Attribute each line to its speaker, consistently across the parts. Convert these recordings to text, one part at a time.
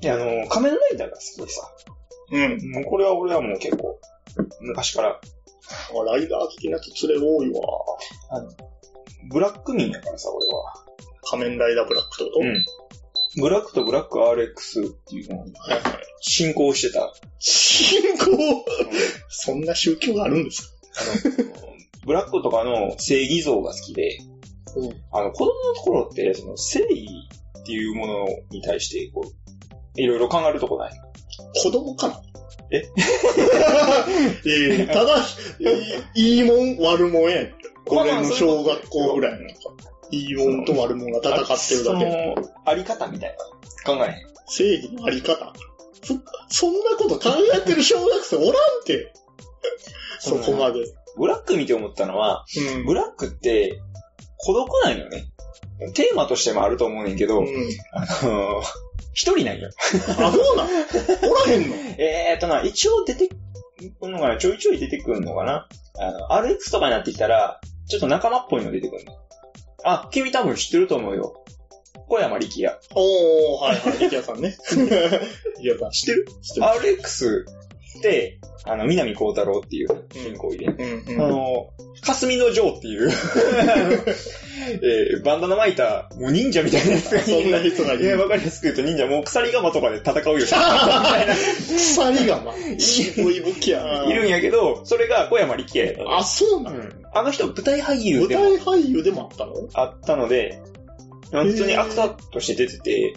Speaker 1: で、あの、仮面ライダーが好きでさ。
Speaker 2: うん。
Speaker 1: もうこれは俺はもう結構、昔から、
Speaker 2: あライダー好きな人連れ多いわ。
Speaker 1: ブラック民やからさ、俺は。
Speaker 2: 仮面ライダーブラックってこと、
Speaker 1: ん。ブラックとブラック RX っていうのを
Speaker 2: はいはい。
Speaker 1: 進行して た。あ
Speaker 2: 信仰そんな宗教があるんです
Speaker 1: の、ブラックとかの正義像が好きで、
Speaker 2: かうん。
Speaker 1: あの、子供の頃って、その、正義っていうものに対して、こう、いろいろ考えるとこない。
Speaker 2: 子供かな
Speaker 1: え
Speaker 2: ええただ、いいいもん、悪もんやん。俺の小学校ぐらいの。いいもんと悪もんが戦ってる
Speaker 1: そ
Speaker 2: だけ。
Speaker 1: の、あり方みたいな。考えへん。
Speaker 2: 正義のあり方。そそんなこと考えてる小学生おらんて。そこまで。
Speaker 1: ブラック見て思ったのは、
Speaker 2: うん。
Speaker 1: ブラックって、孤独なんよね。テーマとしてもあると思うねんけど、
Speaker 2: うん
Speaker 1: あのー 一人なんよ。
Speaker 2: あ、そうなんおらへんの
Speaker 1: えーっとな、一応出てくるのがちょいちょい出てくるのかなあの、RX とかになってきたら、ちょっと仲間っぽいの出てくるの。あ、君多分知ってると思うよ。小山力也。
Speaker 2: おー、はいはい。池谷さ んね。池谷さん。
Speaker 1: 知ってる
Speaker 2: 知ってま
Speaker 1: ?RX って、あの、南光太郎っていう人工で、
Speaker 2: す。
Speaker 1: あ
Speaker 2: うんうん。
Speaker 1: の、霞の城っていう、 えーバンダナ巻いた、もう忍者みたいなやつが
Speaker 2: そんな人がい
Speaker 1: いや、
Speaker 2: る。
Speaker 1: わかりやすく言うと忍者、もう鎖鎌とかで戦うよ、み
Speaker 2: 鎖がま、渋い武器や
Speaker 1: たい
Speaker 2: な
Speaker 1: な。いるんやけど、それが小山力也やった
Speaker 2: あ、そうな
Speaker 1: の
Speaker 2: の
Speaker 1: うんあの人、舞台俳優
Speaker 2: 舞
Speaker 1: でも
Speaker 2: 台俳優でもあったの
Speaker 1: あったので、普通にアクターとして出てて、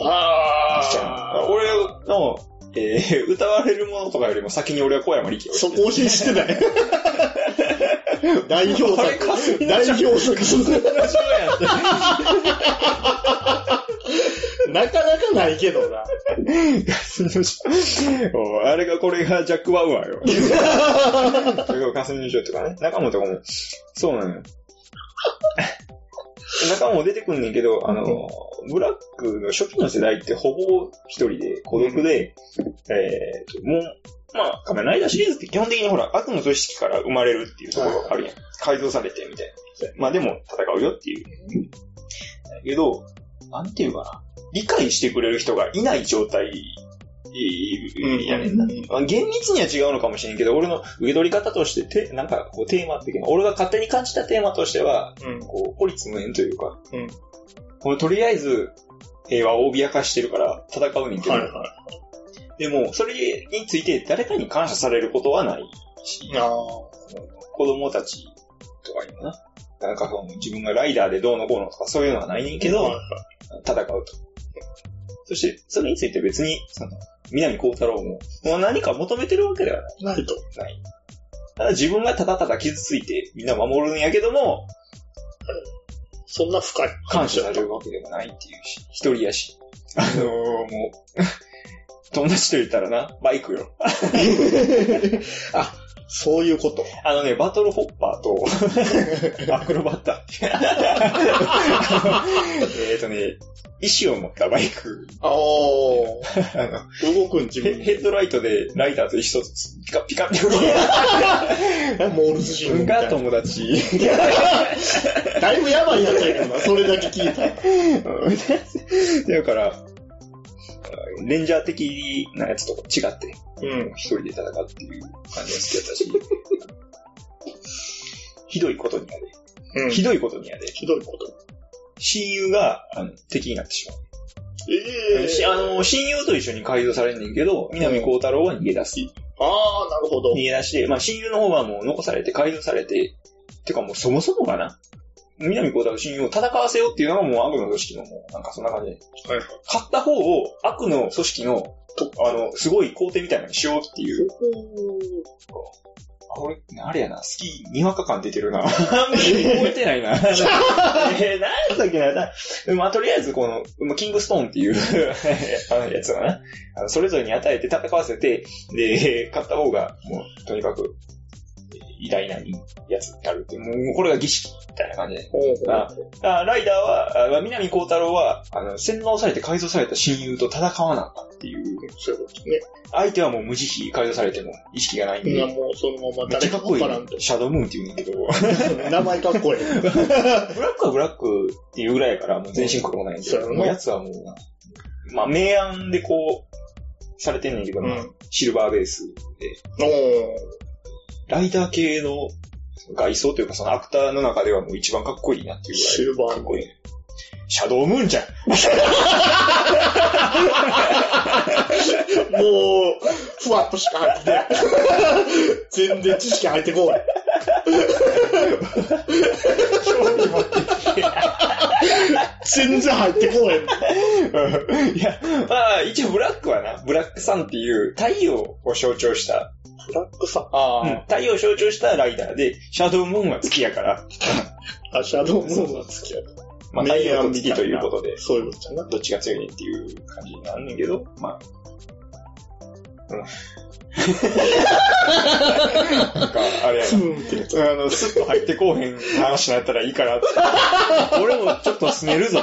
Speaker 2: あ
Speaker 1: 俺の、えー歌われるものとかよりも先に俺は小山力也を
Speaker 2: そこを信じてない。代表
Speaker 1: あれ、
Speaker 2: 作。
Speaker 1: 霞の
Speaker 2: 代
Speaker 1: 城
Speaker 2: 表作。
Speaker 1: やって。
Speaker 2: なかなかないけどな。
Speaker 1: 霞の城おうあれが、これがジャック・ワウワーよ。それが霞の城とかね。中本とかも、そうなのよ。中も出てくんねんけど、あの、ブラックの初期の世代ってほぼ一人で、孤独で、えーと、もう、まあ、仮面ライダーシリーズって基本的にほら、悪の組織から生まれるっていうところがあるやん。改造されてみたいな。まあでも、戦うよっていう。だけど、なんていうかな。理解してくれる人がいない状態、やねんな。まあ厳密には違うのかもしれんけど、俺の受け取り方として、てなんかこうテーマっていうか、俺が勝手に感じたテーマとしては、
Speaker 2: うん
Speaker 1: こう、孤立無縁というか、
Speaker 2: うん
Speaker 1: このとりあえず平和を脅かしてるから戦うねんけど、
Speaker 2: はいは
Speaker 1: でも、それについて誰かに感謝されることはないし、
Speaker 2: い。ああ。
Speaker 1: 子供たちとかにもな、なんかその自分がライダーでどうのこうのとかそういうのはないねんけど、戦うと。そして、それについて別に、その、南光太郎も、もう何か求めてるわけではない。
Speaker 2: ないと。
Speaker 1: ただ自分がただただ傷ついてみんな守るんやけども、
Speaker 2: そんな深い。
Speaker 1: 感謝されるわけでもないっていうし、一人やし。あのー、もう、 友達と言ったらな、バイクよ。
Speaker 2: あ、そういうこと。
Speaker 1: あのね、バトルホッパーと、アクロバッタ ー。えっとね、石を持ったバイク。
Speaker 2: あ あ。
Speaker 1: あの
Speaker 2: 動くん自
Speaker 1: ヘ
Speaker 2: 分
Speaker 1: ヘッドライトでライダーと一緒です、ピカピカピカ。
Speaker 2: モールス信号みた
Speaker 1: が
Speaker 2: いな。
Speaker 1: 友達。
Speaker 2: だいぶやばいやつやけどな、それだけ聞いたら。
Speaker 1: うんだから、レンジャー的なやつとか違って、
Speaker 2: うん。
Speaker 1: 一人で戦うっていう感じが好きだったし、ひどいことにやで、
Speaker 2: うん
Speaker 1: ひどいことにやで、
Speaker 2: ひどいこと。
Speaker 1: 親友があの敵になってしまう。
Speaker 2: ええ
Speaker 1: しあの親友と一緒に改造されんねんけど、南光太郎は逃げ出す。
Speaker 2: ああ、なるほど
Speaker 1: 逃。げ出して、まあ親友の方はもう残されて改造されて、てかもうそもそもかな。南光太郎親友を戦わせようっていうのがもう悪の組織のもうなんかそんな感じで。
Speaker 2: はい
Speaker 1: 勝った方を悪の組織の、あの、すごい皇帝みたいなのにしようっていう。あ俺、あれやな、好き、にわか感出てるな。あんまり 覚えてないな。えー、なんだっけなな。まあ、とりあえず、この、まあキングストーンっていう あのやつはな、あのそれぞれに与えて戦わせて、で、勝った方が、もう、とにかく、偉大なやつになるっていう、もう、もうこれが儀式みたいな感じで。
Speaker 2: ほうほう
Speaker 1: ああライダーは、あまあ南光太郎は、あの、洗脳されて改造された親友と戦わなあかんっていう。
Speaker 2: そういうことね。
Speaker 1: 相手はもう無慈悲、改造されても意識がないん
Speaker 2: いや、
Speaker 1: で。
Speaker 2: もうそのまま
Speaker 1: めっち
Speaker 2: 誰
Speaker 1: ゃか
Speaker 2: か
Speaker 1: っこいい
Speaker 2: わからんと。。
Speaker 1: シャドームーンって言うんだけど。
Speaker 2: 名前かっこいい。
Speaker 1: ブラックはブラックっていうぐらいやから、もう全身黒くないんで。
Speaker 2: そうやろな
Speaker 1: もうやつはもう、まあ、明暗でこう、されてんねんけど、
Speaker 2: うん。
Speaker 1: ま
Speaker 2: お
Speaker 1: あシルバーベースで、
Speaker 2: ー。
Speaker 1: ライダー系の外装というか、そのアクターの中ではもう一番かっこいいなっていう
Speaker 2: シ
Speaker 1: ぐ
Speaker 2: ルバ
Speaker 1: らい。か
Speaker 2: ー
Speaker 1: っ。こいいね。シャドウムーンじゃん。
Speaker 2: もう、ふわっとしか入ってない。全然知識入ってこない。全然入ってこない。
Speaker 1: いや、まあ、一応ブラックはな、ブラックサンっていう太陽を象徴した、
Speaker 2: ブラックさん。あ
Speaker 1: うん太陽を象徴したライダーで、シャドウムーンは月やから、
Speaker 2: あ。シャドウムーンは付き合う。
Speaker 1: まあ、
Speaker 2: 明
Speaker 1: 太
Speaker 2: 暗
Speaker 1: 陽と月ということで、
Speaker 2: そういうことじゃな。
Speaker 1: どっちが強いねんっていう感じになんねんけど、まあ。うんなんか、あれや
Speaker 2: ふ
Speaker 1: な。
Speaker 2: ーんってやつ。
Speaker 1: あの、スッと入ってこうへん話になったらいいかなって。俺もちょっとすねるぞ。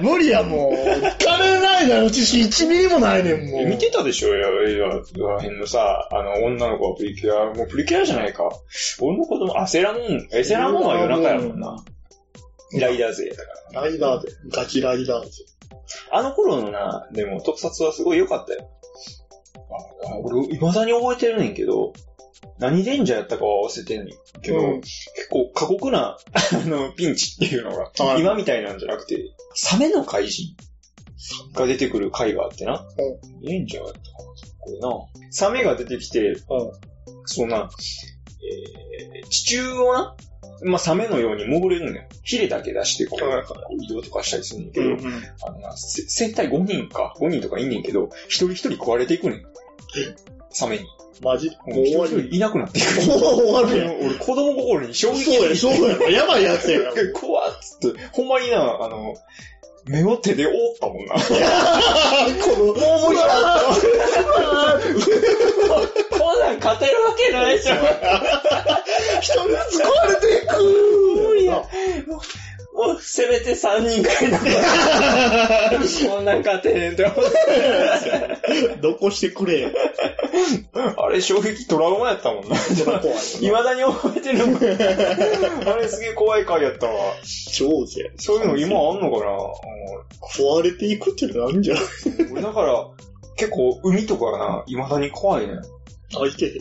Speaker 2: 無理や、もう。金ないだろ、知識1ミリもないねん、もう。
Speaker 1: 見てたでしょいや、いや、あの辺のさ、あの、女の子はプリキュア、もうプリキュアじゃないか。俺の子供、あ、セーラームーン、え、セーラームーンは夜中やもんな。ライダー勢やったから。
Speaker 2: ライダーで。ガキライダーで。
Speaker 1: あの頃のな、でも特撮はすごい良かったよ。ああ俺、未だに覚えてるねんけど、何レンジャーやったかは忘れてんねんけど、
Speaker 2: うん
Speaker 1: 結構過酷な、あの、ピンチっていうのが、
Speaker 2: はい
Speaker 1: 今みたいなんじゃなくて、サメの怪人が出てくる回があってな。レンジャーやったかな、これな。サメが出てきて、
Speaker 2: うん
Speaker 1: そんな、えー地中をな、まあ、サメのように潜れるのよ。ヒレだけ出して、こう、
Speaker 2: はい
Speaker 1: なんか移動とかしたりするんだけど、
Speaker 2: ん。
Speaker 1: あのな、せ戦隊5人か、5人とかいんねんけど、一人一人壊れていくねん。サメに。
Speaker 2: マジもう
Speaker 1: 一
Speaker 2: 終
Speaker 1: 人
Speaker 2: わ
Speaker 1: 一人
Speaker 2: り。
Speaker 1: いなくなっていくねん。
Speaker 2: もう終わるやん。
Speaker 1: 俺、子供心に衝撃
Speaker 2: そうや、そうや。やばいやつ やから。
Speaker 1: 怖っつって、ほんまにな、あの、目を手で覆ったもんな。
Speaker 2: この、もう無理
Speaker 1: こんなん勝てるわけないじゃん。
Speaker 2: 一人ずつ壊れていく
Speaker 1: 無理や。もう、せめて3人くらいで。こんなん勝てへんって思って。
Speaker 2: どこしてくれ。
Speaker 1: あれ、衝撃トラウマやったもんな。
Speaker 2: 怖い。
Speaker 1: 未だに覚えて るもん。あれすげえ怖い回やったわ。
Speaker 2: 超ぜ。
Speaker 1: そういうの今あんのかな
Speaker 2: 壊れていくってなんじゃない
Speaker 1: うん俺だから、結構海とかな、未だに怖いね。
Speaker 2: 相手で。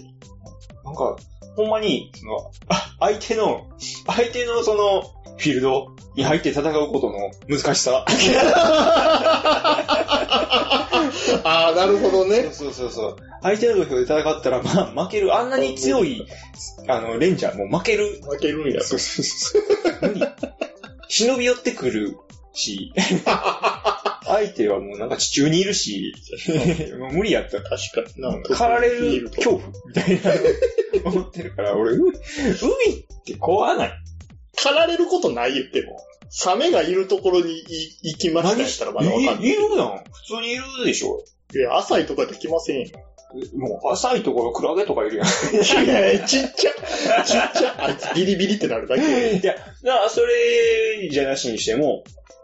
Speaker 1: なんか、ほんまに、その、あ、相手の、相手のその、フィールドに入って戦うことの難しさ。
Speaker 2: ああ、なるほど
Speaker 1: そう。そうそうそう。相手の土俵で戦ったら、まあ、負ける。あんなに強い、あの、レンジャーも負ける。
Speaker 2: 負けるんや。
Speaker 1: そうそうそう。無理。忍び寄ってくるし、相手はもうなんか地中にいる し、もう無理やった。
Speaker 2: 確かにな。
Speaker 1: 狩られる恐怖みたいな 思ってるから、俺、う海って怖ない。
Speaker 2: 狩られることない言っても。サメがいるところにい行きましたやったらまだわかんない。
Speaker 1: いるやん。普通にいるでしょ。
Speaker 2: いや、浅いとかできませんよ。
Speaker 1: もう、浅いところ、クラゲとかいるやん。
Speaker 2: いやいやちっちゃ。ちっちゃ。あいつビリビリってなるだけ。
Speaker 1: いや、だからそれじゃなしにしても、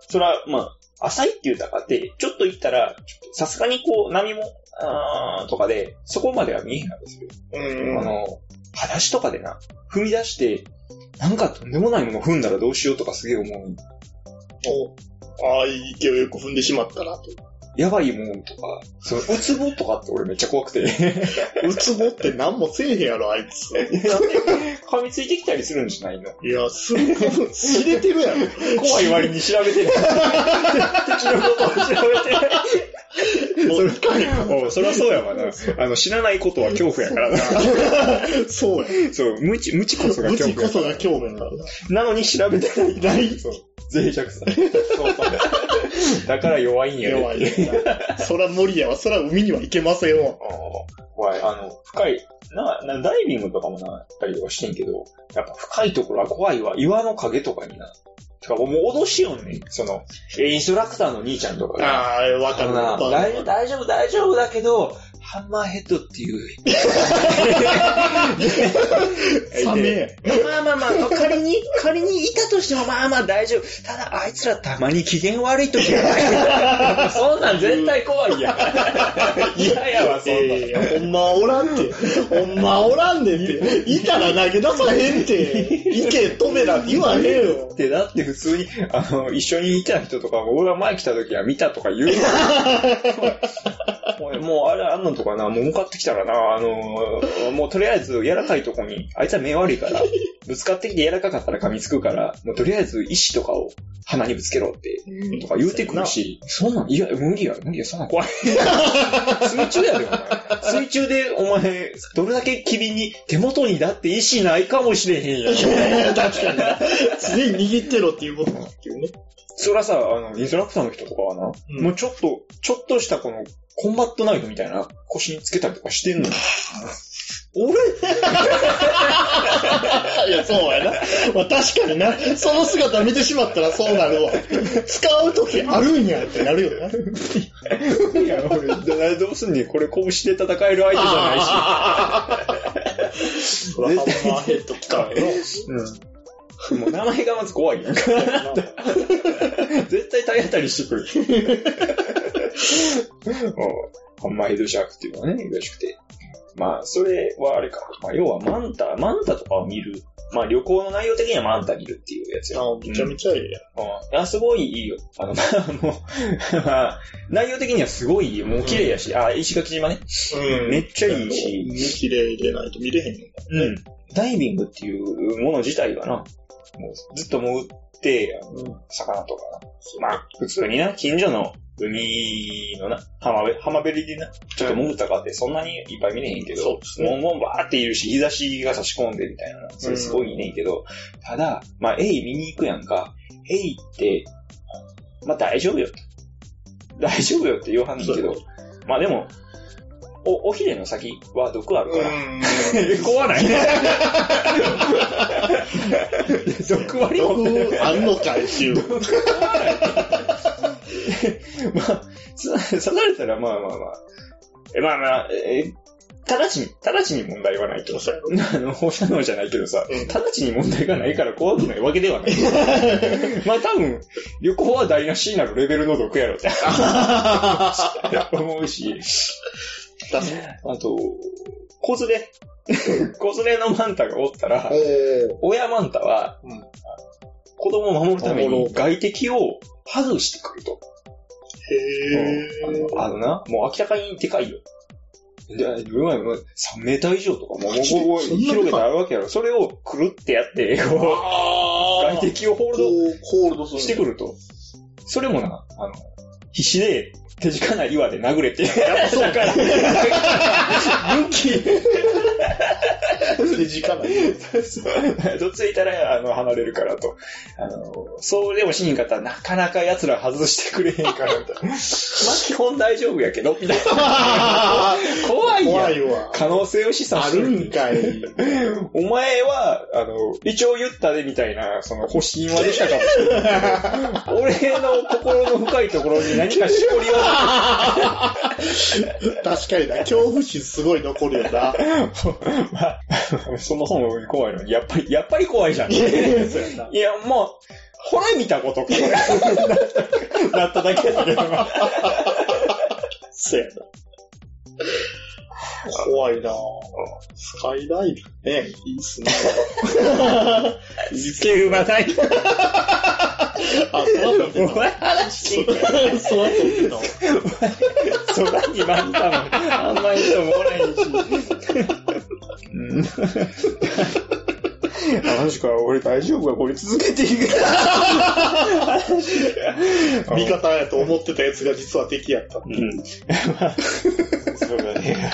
Speaker 1: それは、まあ、浅いって言うたかって、ちょっと行ったら、さすがにこう、波も、あーとかで、そこまでは見えへんわけですよ。
Speaker 2: うん
Speaker 1: あの、裸足とかでな、踏み出して、なんかとんでもないもの踏んだらどうしようとかすげえ思う。
Speaker 2: ああ、勢いよく踏んでしまったなと。
Speaker 1: やばいもんとか、その、うつぼとかって俺めっちゃ怖くて。
Speaker 2: うつぼって何もせえへんやろ、あいつ。
Speaker 1: 噛みついてきたりするんじゃないの
Speaker 2: いや、する、知れてるやろ。
Speaker 1: 怖い割に調べてる。 敵のことを調べ
Speaker 2: もう
Speaker 1: てる。そりゃそうやわな。あの、知らないことは恐怖やからな。
Speaker 2: そうや。
Speaker 1: そう、無知、無知こそが
Speaker 2: 無
Speaker 1: 恐
Speaker 2: 知
Speaker 1: 怖
Speaker 2: こそ
Speaker 1: や
Speaker 2: が興味なる
Speaker 1: な
Speaker 2: な。
Speaker 1: のに調べてない。
Speaker 2: ない
Speaker 1: そう。脆弱さ。そうそうだから弱いんやで。
Speaker 2: 弱い。そら無理やわ。そら海には行けませんわ。
Speaker 1: あー怖い。あの、深い。な、な、ダイビングとかもな、やったりとかしてんけど、やっぱ深いところは怖いわ。岩の影とかにな。てか、もう脅しよんねん。その、インストラクターの兄ちゃんとかが。
Speaker 2: ああ、わ
Speaker 1: あ
Speaker 2: かる
Speaker 1: のな大丈夫、大丈夫、大丈夫だけど、ハンマーヘッドっていう。
Speaker 2: サメ。
Speaker 1: まあまあまあ、仮に、仮にいたとしてもまあまあ大丈夫。ただあいつらたまに機嫌悪い時がある。 そんなん絶対怖いやん。 嫌やわ、そんなん。
Speaker 2: いやいやほんまおらんて。ほんまおらんねんて。いたら投げ出さへんて。行け、止めなって言わへんよ。
Speaker 1: で、だって普通に、あの、一緒にいた人とか、俺が前来た時は見たとか言うのもう もうあれあんのとかな、もう向かってきたらな、あの、もうとりあえず柔らかいとこに、あいつは目悪いから、ぶつかってきて柔らかかったら噛みつくから、もうとりあえず石とかを鼻にぶつけろって、とか言うてくるし、そんなん、いや、無理や、無理や、そんなん怖い。 水中やで、お前。水中で、お前、どれだけ君に、手元にだって石ないかもしれへんやん
Speaker 2: い。やいや確かにな。常に握ってろっていうことなんだけどね。
Speaker 1: それはさ、あの、インストラクターの人とかはな、
Speaker 2: うん
Speaker 1: もうちょっと、ちょっとしたこの、コンバットナイフみたいな腰につけたりとかしてんのよ。俺
Speaker 2: いや、そうやな。まあ確かにな。その姿見てしまったらそうなるわ。使う時あるんやってなるよな。
Speaker 1: いや、俺、だどうすんねん。これ拳で戦える相手じゃ
Speaker 2: そらハンマーヘッド使うよ。
Speaker 1: ないし。うん。もう名前がまず怖いやん。絶対体当たりしてくる。うん。あんまヘドシャークっていうのはね、らしくて。まあ、それはあれか。まあ、要はマンタ、マンタとかを見る。まあ、旅行の内容的にはマンタ見るっていうやつよ。
Speaker 2: あめちゃめちゃいいや。
Speaker 1: うん。あ、すごいいいよ。あの、まあ、もう、 まあ、内容的にはすごいいいよ。もう綺麗やし、あ、石垣島ね。
Speaker 2: う
Speaker 1: めっちゃいいし
Speaker 2: 綺麗でないと見れへんの。
Speaker 1: うん。ダイビングっていうもの自体がな、もうずっと潜って、あの魚とかな。まあ、普通にな、近所の海のな、浜辺、浜辺でな、ちょっと潜ったかってそんなにいっぱい見れへんけど、
Speaker 2: そうですね
Speaker 1: もんもんばーっているし、日差しが差し込んでみたいなな、それすごいねんけど、ただ、まあ、エイ見に行くやんか、エイって、まあ大丈夫よと。大丈夫よって言わはんねんけど
Speaker 2: そ、
Speaker 1: まあでも、お、おひれの先は毒あるから、
Speaker 2: ん。
Speaker 1: 怖ない毒割りも怖
Speaker 2: 僕、あんのかいっていう。
Speaker 1: ない。まあ、つ刺されたらまあまあまあ。え、まあまあ、え、直ちに、直ちに問題はないけどさ。あの、放射能じゃないけどさ、
Speaker 2: うん
Speaker 1: 直ちに問題がないから怖くないわけでは ない。まあ多分、旅行は台無しになるレベルの毒やろ って思うし。あと、子連れ。子連れのマンタがおったら、
Speaker 2: お
Speaker 1: 親マンタは、
Speaker 2: うん
Speaker 1: 子供を守るため
Speaker 2: 守ろ
Speaker 1: に
Speaker 2: う
Speaker 1: 外敵を外してくると。
Speaker 2: へぇ
Speaker 1: うんあのあのな、もう明らかにでかいよ。で、うまいもう3メーター以上とかもう、もう
Speaker 2: そんな
Speaker 1: こう
Speaker 2: でかい
Speaker 1: 広げてあるわけやろ。それをくるってやって、こう、
Speaker 2: あ
Speaker 1: 外敵をホールド
Speaker 2: ホールドする。
Speaker 1: してくると。それもな、あの、必死で手近な岩で殴れ て。
Speaker 2: やっぱそうか。
Speaker 1: 武器
Speaker 2: 手近ない。
Speaker 1: どついたら、あの、離れるからと。あの、そうでもしにんかったら、なかなか奴ら外してくれへん から、みたいな。まあ、基本大丈夫やけど、みたいな。怖いや
Speaker 2: 怖
Speaker 1: ん。
Speaker 2: いわ。
Speaker 1: 可能性を示唆
Speaker 2: あ
Speaker 1: する
Speaker 2: るんかい。
Speaker 1: お前は、あの、一応言ったで、みたいな、その、保身はできたかもしれ ないけど。俺の心の深いところに何かしこりを
Speaker 2: 確かにな。恐怖心すごい残るよな。
Speaker 1: まあ、その本が怖いのに、やっぱり、やっぱり怖いじゃん。い
Speaker 2: そうやな。
Speaker 1: や、もう、ほら見たことか。なっただけだけど。
Speaker 2: そうやな。怖いなスカイダイビングね、いいっすね。
Speaker 1: スキルが ない。
Speaker 2: あ、そうだっ
Speaker 1: お前話聞 いて。
Speaker 2: た。そうだっ た。
Speaker 1: そばにマンタも、あんまり人もおらへんし。話から俺大丈夫かこれ続けていく。
Speaker 2: 味方やと思ってたやつが実は敵やった。
Speaker 1: うん。まあ、そうだね。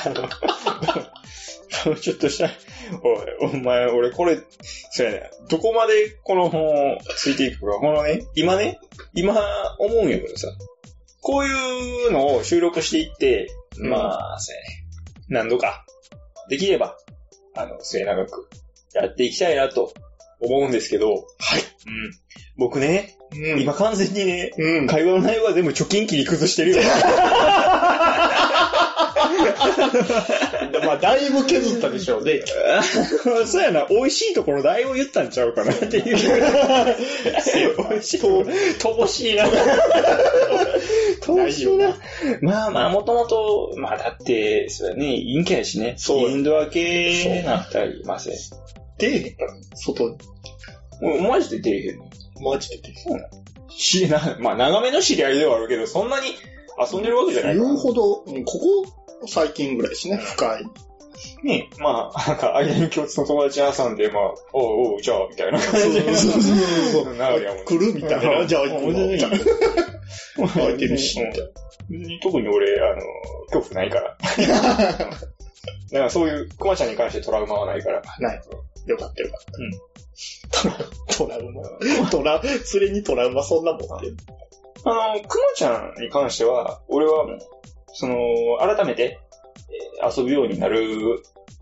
Speaker 1: あの、ちょっとした、おい、お前、俺これ、そうやね。どこまでこの本をついていくか。このね、今ね、今思うんやけどさ、こういうのを収録していって、
Speaker 2: うん
Speaker 1: まあ、そうやね。何度か、できれば、あの、末永くやっていきたいなと思うんですけど、はい。うん。僕ね、
Speaker 2: う
Speaker 1: 今完全にね、
Speaker 2: うん。
Speaker 1: 会話の内容は全部貯金切り崩してるよ。
Speaker 2: まあ、だいぶ削ったでしょう ね。
Speaker 1: そうやな、美味しいところだいぶ言ったんちゃうかなっていう。美味しいところ、乏しいな。乏しいな。まあまあ、もともと、まあだって、そうやね、陰キャやしね。
Speaker 2: そう
Speaker 1: インドア系になったりません。
Speaker 2: 出えへんから、外に。
Speaker 1: もうマジで出えへんの。
Speaker 2: マジで出えへん。
Speaker 1: しな、まあ長めの知り合いではあるけど、そんなに遊んでるわけじゃないから
Speaker 2: 言うほど、うんここ最近ぐらいですね、深い。
Speaker 1: ね、まあ、なんか、間に共通の友達挟んで、まあ、おうおう、じゃあ、みたいな感じ
Speaker 2: そうそうそうそ う
Speaker 1: なるやもん。
Speaker 2: 来るみ たいな。じゃあ行くわみたいな。空いてるし、みたい
Speaker 1: うん特に俺、あの、恐怖ない から。
Speaker 2: な。
Speaker 1: だからそういう、クマちゃんに関してトラウマはないから。
Speaker 2: ない。よかったよかった。トラウマ。トラ、連れにトラウマそんなもんって。
Speaker 1: あの、クマちゃんに関しては、俺はもう、その、改めて、えー遊ぶようになる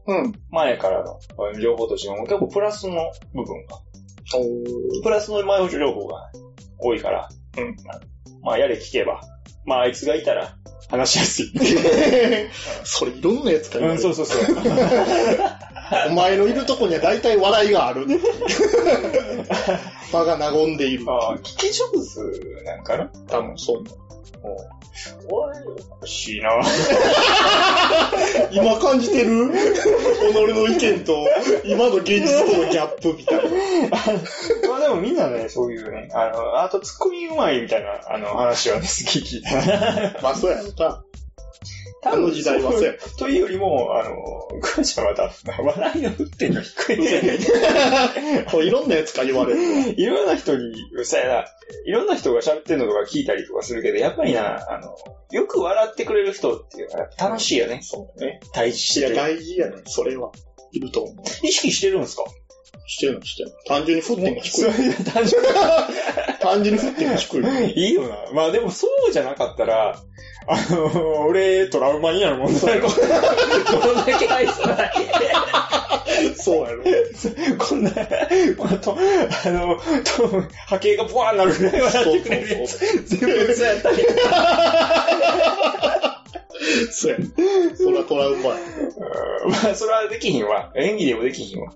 Speaker 2: うん。
Speaker 1: 前からのえー情報としても、結構プラスの部分が、
Speaker 2: お
Speaker 1: プラスの前補助情報が多いから、
Speaker 2: うん
Speaker 1: まあ、やれ聞けば、まあ、あいつがいたら、話しやすい。
Speaker 2: ーそれいろんなやつか
Speaker 1: う
Speaker 2: ら
Speaker 1: ん、そうそうそう。
Speaker 2: お前のいるとこには大体笑いがある。 場が和んでいる。
Speaker 1: ああ、聞き上手なんかな
Speaker 2: 多分そう。
Speaker 1: おい、おかしいな。
Speaker 2: 今感じてる己の意見と、今の現実とのギャップみたいな。
Speaker 1: まあでもみんなね、そういうね、あの、あとツッコミうまいみたいな、あの、話はね、好き聞いた。
Speaker 2: まあ、そうやろな。あの時代はそうやった。
Speaker 1: というよりも、あの、クマちゃんは多分、笑いの沸点が低い。
Speaker 2: こういろんなやつから言われる。
Speaker 1: いろんな人に、うさやな、いろんな人が喋ってんのとか聞いたりとかするけど、やっぱりな、あの、よく笑ってくれる人っていうのは楽しいよね。
Speaker 2: そうね。
Speaker 1: 対峙し
Speaker 2: い
Speaker 1: て
Speaker 2: や、
Speaker 1: る。
Speaker 2: 大事やね。それは。いると思う。
Speaker 1: 意識してるんですか
Speaker 2: してるの、してるの。単純に沸点が低い。
Speaker 1: 単純
Speaker 2: 単純に沸点が低い。
Speaker 1: いいよな。まあでもそうじゃなかったら、あの俺トラウマになるもんね。 こんだけ愛さない。
Speaker 2: そうやろ。
Speaker 1: こんな、このとあの、と波形がボワーになるぐらい笑ってくれるやつ。全部嘘やったり。
Speaker 2: そうや。そらトラウマや。
Speaker 1: うんまあそれはできひんわ。演技でもできひんわ。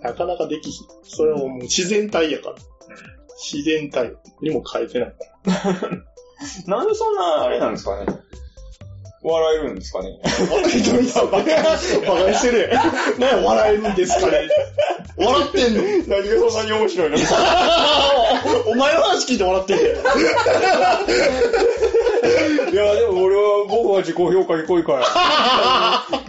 Speaker 2: なかなかできひん。それはもう自然体やから。自然体にも変えてない。
Speaker 1: なんでそんな、あれなんですかね。笑えるんですかね。
Speaker 2: 笑いとみさん、バカにしてるやん。何や笑えるんですかね。笑ってんの。
Speaker 1: 何がそんなに面白いの
Speaker 2: お前の話聞いて笑ってんだよ。
Speaker 1: いや、でも俺は僕は自己評価に濃いから。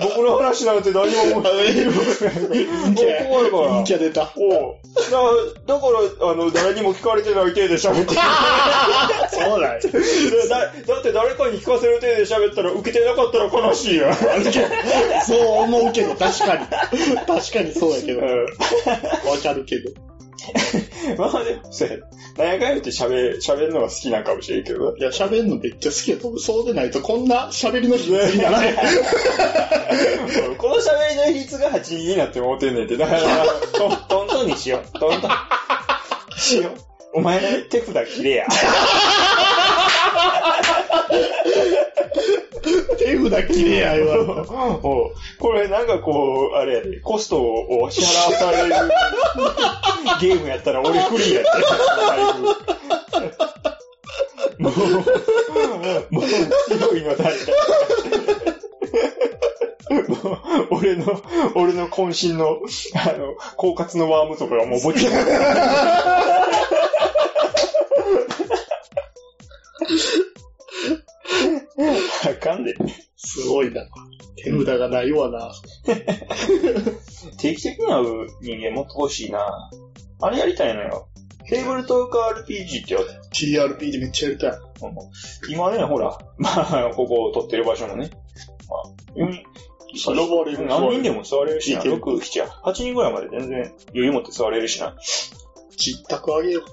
Speaker 1: 僕の話なんて何も面白い。僕は怖いから
Speaker 2: 陰。キャ出た。
Speaker 1: おうだだから、あの、誰にも聞かれてない体で喋ってる
Speaker 2: そうだよ。
Speaker 1: だ。だって誰かに聞かせる体で喋ったら、受けてなかったら悲しいやん。
Speaker 2: そう思うけど、確かに。確かにそうやけど。わかるけど。
Speaker 1: まあでも、そうや。何やかんやって喋、喋るのが好きなんかもしれんけ ど。
Speaker 2: いや、喋るのめっちゃ好きやと思う。そうでないと、こんな喋りの日にならない。
Speaker 1: この喋りの比率が8になって思ってんねんて。だから、トントントンにしよう。トントン。しよう。お前の手札切れや。
Speaker 2: 手札綺麗や、言われた。
Speaker 1: おうこれなんかこう、あれやで、コストを支払わされるゲームやったら俺フリーやった。もう、もう、強いの誰か。もう俺の、俺の渾身の、あの、狡猾のワームとかがもうぼっちゃん。あかんで。
Speaker 2: すごいな。手札がないわな。
Speaker 1: 定期的に会う人間もっと欲しいな。あれやりたいのよ。テーブルトーク RPG ってやつ。
Speaker 2: TRP でめっちゃやりたい。
Speaker 1: 今ね、ほら、 まあ、ここを撮ってる場所もね。まあ、うん
Speaker 2: ロボレル
Speaker 1: 何人でも座れるしな。
Speaker 2: いける
Speaker 1: 6、7、8人ぐらいまで全然余裕持って座れるしな。
Speaker 2: 実宅あげよう。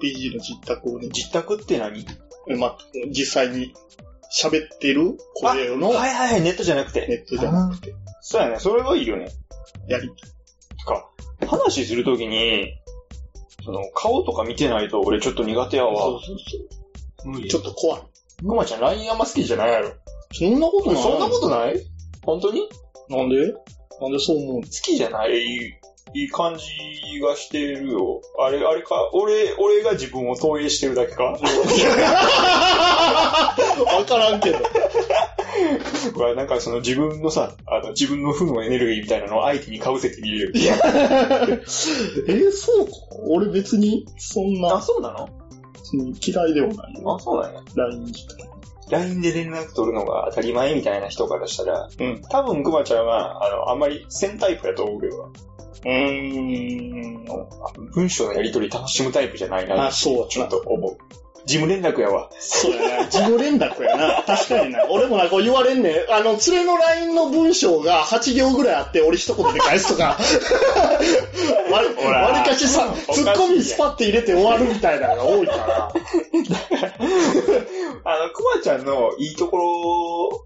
Speaker 2: TRPG の実宅をね、
Speaker 1: 実宅って何
Speaker 2: じまあ、実際に喋ってる声の
Speaker 1: はいはいはい、ネットじゃなくて。
Speaker 2: ネットじゃな
Speaker 1: くて。そうやね、それはいいよね。
Speaker 2: やり、
Speaker 1: か、話するときに、その、顔とか見てないと俺ちょっと苦手や
Speaker 2: そ
Speaker 1: わ
Speaker 2: う。そうそ
Speaker 1: 無
Speaker 2: う
Speaker 1: 理
Speaker 2: ちょっと怖い。
Speaker 1: グマちゃん LINE あんま好きじゃないやろ。
Speaker 2: そんなことない。
Speaker 1: そんなことない本当に
Speaker 2: なんでなんでそう思う
Speaker 1: 好きじゃないいい感じがしてるよ。あれ、あれか、俺、俺が自分を投影してるだけ か
Speaker 2: のわからんけど。
Speaker 1: 僕はなんかその自分のさ、あの自分の負のエネルギーみたいなのを相手に被せて見える。
Speaker 2: えーそうか。俺別に、そんな、
Speaker 1: そうなの
Speaker 2: その嫌いではない。
Speaker 1: あ、そうなんや。
Speaker 2: LINE 自体
Speaker 1: LINE で連絡取るのが当たり前みたいな人からしたら、
Speaker 2: うん
Speaker 1: 多分グマちゃんは、あの、あんまり戦タイプやと思うけど、
Speaker 2: うーん。
Speaker 1: 文章のやりとり楽しむタイプじゃないな
Speaker 2: あ、、そう
Speaker 1: ちょ
Speaker 2: や
Speaker 1: っ
Speaker 2: な。
Speaker 1: と思う。事務連絡やわ。
Speaker 2: そうやな。 自己連絡やな。確かにな。俺もなんか言われんねん。あの、連れの LINE の文章が8行ぐらいあって、俺一言で返すと か。わり
Speaker 1: ほら
Speaker 2: わりかしさ、
Speaker 1: おかしい
Speaker 2: ツ
Speaker 1: やん
Speaker 2: ッコミスパって入れて終わるみたいなのが多いから。
Speaker 1: あの、くまちゃんのいいとこ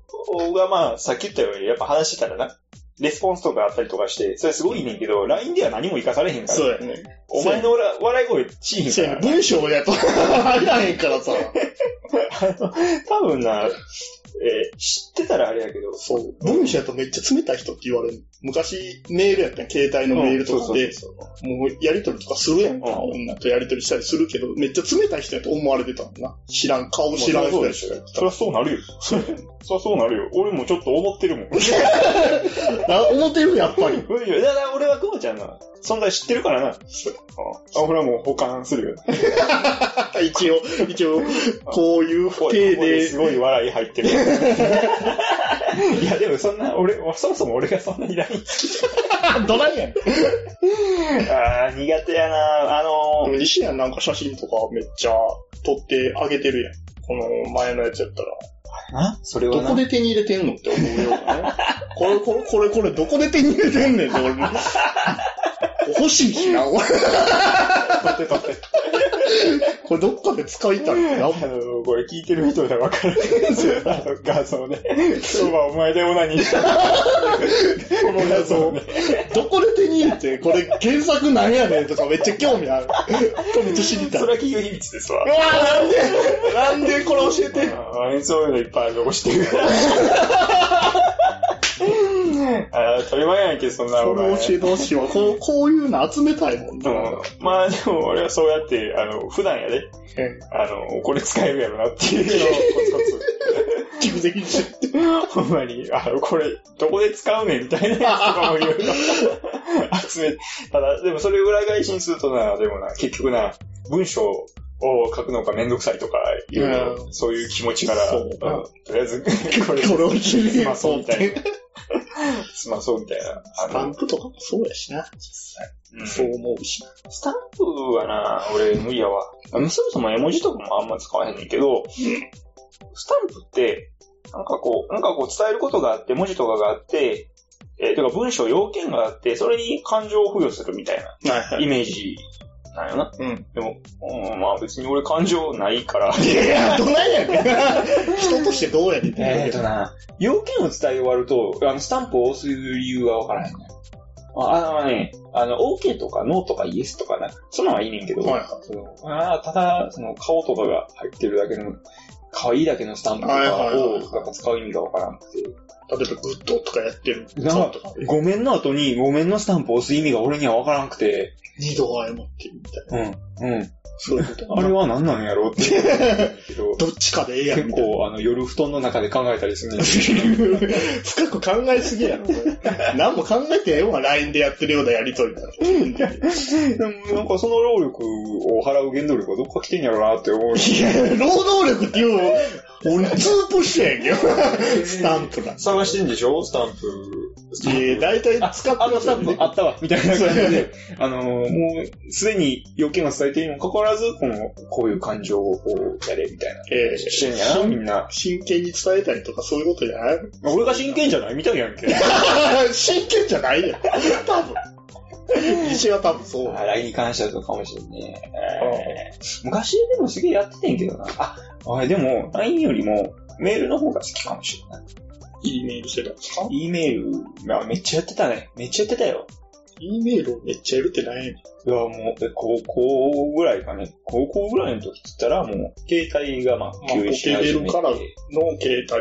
Speaker 1: ろが、まあ、さっき言ったように、やっぱ話してたらな、レスポンスとかあったりとかして、それすごいねんけど、LINE では何も活かされへんから。
Speaker 2: そうやね。
Speaker 1: お前の笑笑い声しへんか
Speaker 2: そうや
Speaker 1: ら
Speaker 2: ね。
Speaker 1: な。
Speaker 2: 文章やと 入らへんからさ。
Speaker 1: 多分な、えー知ってたらあれやけど、
Speaker 2: そう。文章やとめっちゃ冷たい人って言われる。昔、メールやったん携帯のメールとかで、
Speaker 1: そうそうそう
Speaker 2: もうやりとりとかするやんか、
Speaker 1: うん
Speaker 2: 女とやりとりしたりするけど、めっちゃ冷たい人やと思われてたもんな。知らん、顔知らん人やし。
Speaker 1: そりゃそうな るよ。そりゃそうなるよ。俺もちょっと思ってるもん。い
Speaker 2: な思ってるやっぱり。
Speaker 1: やだから俺はくまちゃんの存在知ってるからな。あ、俺はもう保管するよ。
Speaker 2: 一応、一応、こういう不
Speaker 1: こ
Speaker 2: 定
Speaker 1: こ
Speaker 2: で、
Speaker 1: すごい笑い入 ってる。いや、でもそんな、俺、そもそも俺がそんなに LINE
Speaker 2: どないやね
Speaker 1: ああ、苦手やな。あの
Speaker 2: ん。西谷なんか写真とかめっちゃ撮ってあげてるやん。この前のやつやったら。
Speaker 1: なそれ
Speaker 2: ど
Speaker 1: は
Speaker 2: こ
Speaker 1: な。
Speaker 2: で手に入れてんのって思うようなね。 これ、これ、これ、これ、どこで手に入れてんねんって 俺。欲しいしな、俺。これどっかで使いたいな。
Speaker 1: あの、これ聞いてる人がわかるんですよ。あの画像ね。今日はお前でオナニーした。
Speaker 2: この画 像。どこで手に入れて、これ原作なんやねんとかめっちゃ興味ある。めっちゃ知りたい。
Speaker 1: それは
Speaker 2: うわ
Speaker 1: 企業秘密ですわ。
Speaker 2: なんでなんでこれ教えて。
Speaker 1: あーそういうのいっぱい残して る。あー当たり前やんけ、そんな
Speaker 2: そ
Speaker 1: お前
Speaker 2: れ教えてほしいわ。こう、こういうの集めたいもんな。
Speaker 1: うんまあでも俺はそうやって、あの、普段やで、
Speaker 2: え
Speaker 1: あの、これ使えるやろなっていうのをコツコ
Speaker 2: え蓄積 して。
Speaker 1: ツ。ほんまに、あの、これ、どこで使うねんみたいなやつとかもいろいろ集め、ただ、でもそれ裏返しにするとな、でもな、結局な、文章を書くのがめんどくさいとか、いろいろ、そういう気持ちから、
Speaker 2: そう
Speaker 1: うんとりあえず、これ、
Speaker 2: これを切り
Speaker 1: 済まそう
Speaker 2: そう
Speaker 1: み
Speaker 2: った
Speaker 1: い
Speaker 2: て。
Speaker 1: な。済まそうみたいな。
Speaker 2: スタンプとかもそうやしな、実際。
Speaker 1: うん
Speaker 2: そう思うしな。
Speaker 1: スタンプはな、俺無理やわ。あのそもそも絵文字とかもあんま使わへんねんけど、スタンプって、なんかこう、なんかこう伝えることがあって、文字とかがあって、えー、とか文章要件があって、それに感情を付与するみたいな
Speaker 2: はい
Speaker 1: イメージなんよな。
Speaker 2: うん。
Speaker 1: でも、うん、まあ別に俺感情ないから。
Speaker 2: いやい や、どないやねん。 人としてどうやねん。
Speaker 1: えーとな、要件を伝え終わると、あの、スタンプを押す理由がわからへんね。ああのね、あの、OK とか NO とか YES とかな、そんなんはいいねんけど、
Speaker 2: はい
Speaker 1: そのあーただ、その顔とかが入ってるだけの、可愛いだけのスタンプと
Speaker 2: はい
Speaker 1: か
Speaker 2: はい
Speaker 1: を
Speaker 2: はい、
Speaker 1: なんか使う意味がわからなくて。
Speaker 2: 例えばグッドとかやってる。
Speaker 1: なん
Speaker 2: と
Speaker 1: か
Speaker 2: か、
Speaker 1: ごめんの後に、ごめんのスタンプを押す意味が俺にはわからなくて、
Speaker 2: 二度謝ってるみたいな。
Speaker 1: うん、うん。
Speaker 2: そういうこと。
Speaker 1: あれは何なんや ろうってけど、
Speaker 2: どっちかでええやん
Speaker 1: 結
Speaker 2: みたいな。
Speaker 1: 構、あの、夜布団の中で考えたりするねん
Speaker 2: 深く考えすぎやろ、これ何も考えてええわ、LINE でやってるようなやりとりだろ。
Speaker 1: でもなんかその労力を払う原動力はどっか来てんやろうなって思う。
Speaker 2: いや、労働力っていうの俺、ツープッシュやんけど、スタンプが。
Speaker 1: 探してんでしょスタンプ。
Speaker 2: えー、大体使って
Speaker 1: あの
Speaker 2: ま
Speaker 1: ス
Speaker 2: すよ
Speaker 1: タンプ
Speaker 2: ね。
Speaker 1: あったわ、みたいな感じで、あのもう、すでに要件を伝えているにもかかわらず、この、こういう感情をこう、やれ、みたいな。
Speaker 2: え
Speaker 1: してんやな、みんな
Speaker 2: ー、。真剣に伝えたりとかそういうことじゃない
Speaker 1: 俺が真剣じゃないみたいやんけ。
Speaker 2: 真剣じゃないやん。多分。西は多分そう。
Speaker 1: あラインに関してはそうかもしれんね。えー昔でもすげえやっててんけどな。あ、あでも、LINE よりも、メールの方が好きかもしれない。
Speaker 2: いいメールしてたんですか
Speaker 1: E メール、まあ、めっちゃやってたね。めっちゃやってたよ。
Speaker 2: E メールをめっちゃやるってないねん。
Speaker 1: いや、もう、え高校ぐらいかね。高校ぐらいの時って言ったら、もう、携帯がまあ、
Speaker 2: まあ、
Speaker 1: 普及
Speaker 2: レ
Speaker 1: し始
Speaker 2: ベ
Speaker 1: め
Speaker 2: ル
Speaker 1: て
Speaker 2: からの携帯やから。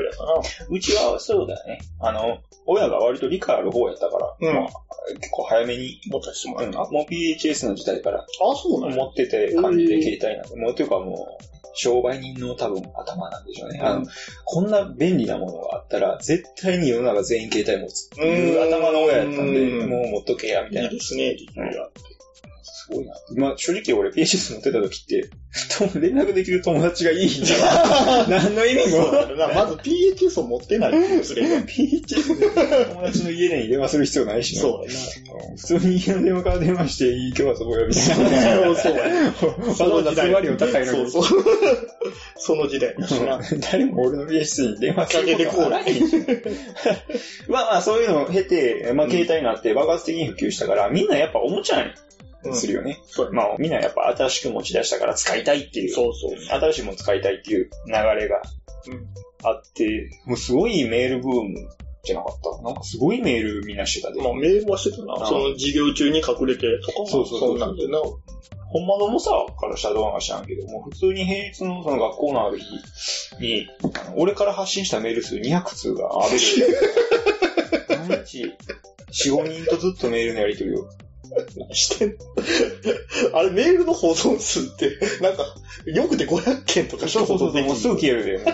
Speaker 1: うちはそうだね。あの、親が割と理解ある方やったから、
Speaker 2: うん
Speaker 1: まあ、結構早めに、
Speaker 2: 持たせても
Speaker 1: う
Speaker 2: ら
Speaker 1: ん、
Speaker 2: った。あ、
Speaker 1: もう PHS の時代から
Speaker 2: そうなんや。
Speaker 1: 持ってて感じ
Speaker 2: う
Speaker 1: で
Speaker 2: ん
Speaker 1: 携帯なんで、もうというかもう、商売人の多分頭なんでしょうね。あ
Speaker 2: う
Speaker 1: の
Speaker 2: ん、
Speaker 1: こんな便利なものがあったら、絶対に世の中全員携帯持つっていう
Speaker 2: うん
Speaker 1: 頭の親やったんで、
Speaker 2: うん
Speaker 1: もう持っとけや、みたい
Speaker 2: い。
Speaker 1: ない
Speaker 2: ですね、理由が。
Speaker 1: すごいな。まあ、正直俺 PHS 持ってた時って、と連絡できる友達がいいんだ わ何の意味
Speaker 2: そう
Speaker 1: も。
Speaker 2: だよな。まず PHS を持ってないっていうすれが
Speaker 1: PHS で友達の家でに電話する必要ないしな。
Speaker 2: そうや
Speaker 1: うん普通に家の電話から電話して、いい今日はそこよ、みたいな。
Speaker 2: な。そうやな。
Speaker 1: その時代割り高いのに。
Speaker 2: そうそう。 その時代だしな。
Speaker 1: 誰も俺の PHS に電話することはない まあまあ、そういうのを経て、まあ、携帯になって爆発的に普及したから、みんなやっぱおもちゃにするよね。
Speaker 2: そうやな
Speaker 1: まあ、みんなやっぱ新しく持ち出したから使いたいっていう。
Speaker 2: そうそう。
Speaker 1: 新しいもの使いたいっていう流れが
Speaker 2: うん
Speaker 1: あって、もうすごいメールブームじゃなかった。なんかすごいメールみんなしてたで。
Speaker 2: まあ、メールはしてた
Speaker 1: あ
Speaker 2: な。
Speaker 1: あ
Speaker 2: その授業中に隠れてとかも
Speaker 1: そうそうそうそうん
Speaker 2: なんでな。
Speaker 1: ほんまの重さからしたらどうなんか知らんけど、もう普通に平日のその学校のある日に、あの俺から発信したメール数200通がアベレージ毎日、4、5人とずっとメールのやり取りを。
Speaker 2: してん あれ、メールの保存数って、なんか、よくて500件とか
Speaker 1: もうすぐ消えるで。もう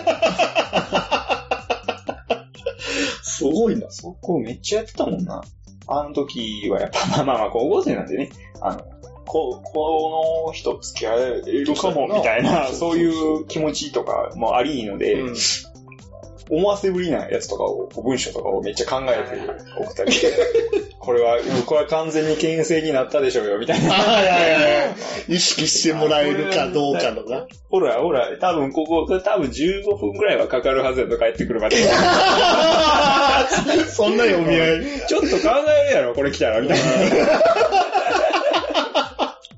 Speaker 2: すごいな。
Speaker 1: そこめっちゃやってたもんな。あの時はやっぱ、まあまあまあ、高校生なんでね、あの、ここの人付き合えるかも、みたいな、そう
Speaker 2: そそうそう
Speaker 1: ういう気持ちとかもありので、
Speaker 2: うん。
Speaker 1: 思わせぶりなやつとかを、文章とかをめっちゃ考えて送ったりして、 これは、これは完全に牽制になったでしょうよ、みたいな。
Speaker 2: ああ、いやいやいや意識してもらえるかどうかのな。
Speaker 1: ほら、ほら、多分ここ、多分15分くらいはかかるはずやと帰ってく るまで。
Speaker 2: そんな読み合い。
Speaker 1: ちょっと考えるやろ、これ来たら、みたい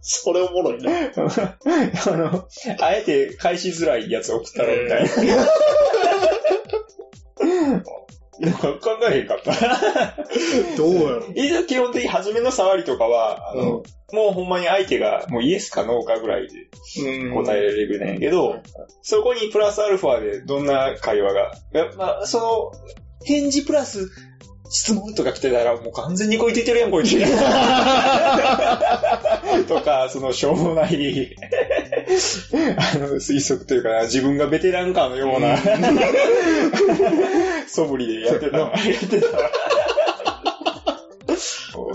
Speaker 2: それおもろいな。
Speaker 1: な。あの、あえて返しづらいやつ送ったろ、みたい な。なんか考えへんかった。
Speaker 2: どうやろう。
Speaker 1: いざ基本的に初めの触りとかは、あの、もうほんまに相手が、もうイエスかノーかぐらいで、答え
Speaker 2: え。
Speaker 1: られるなんやけど、そこにプラスアルファでどんな会話が、やっぱその、返事プラス質問とか来てたらもう完全にこいていてるやん、こいつ。とか、その、しょうもない、あの、推測というか、自分がベテランかのような、素振りでやってた。やってた。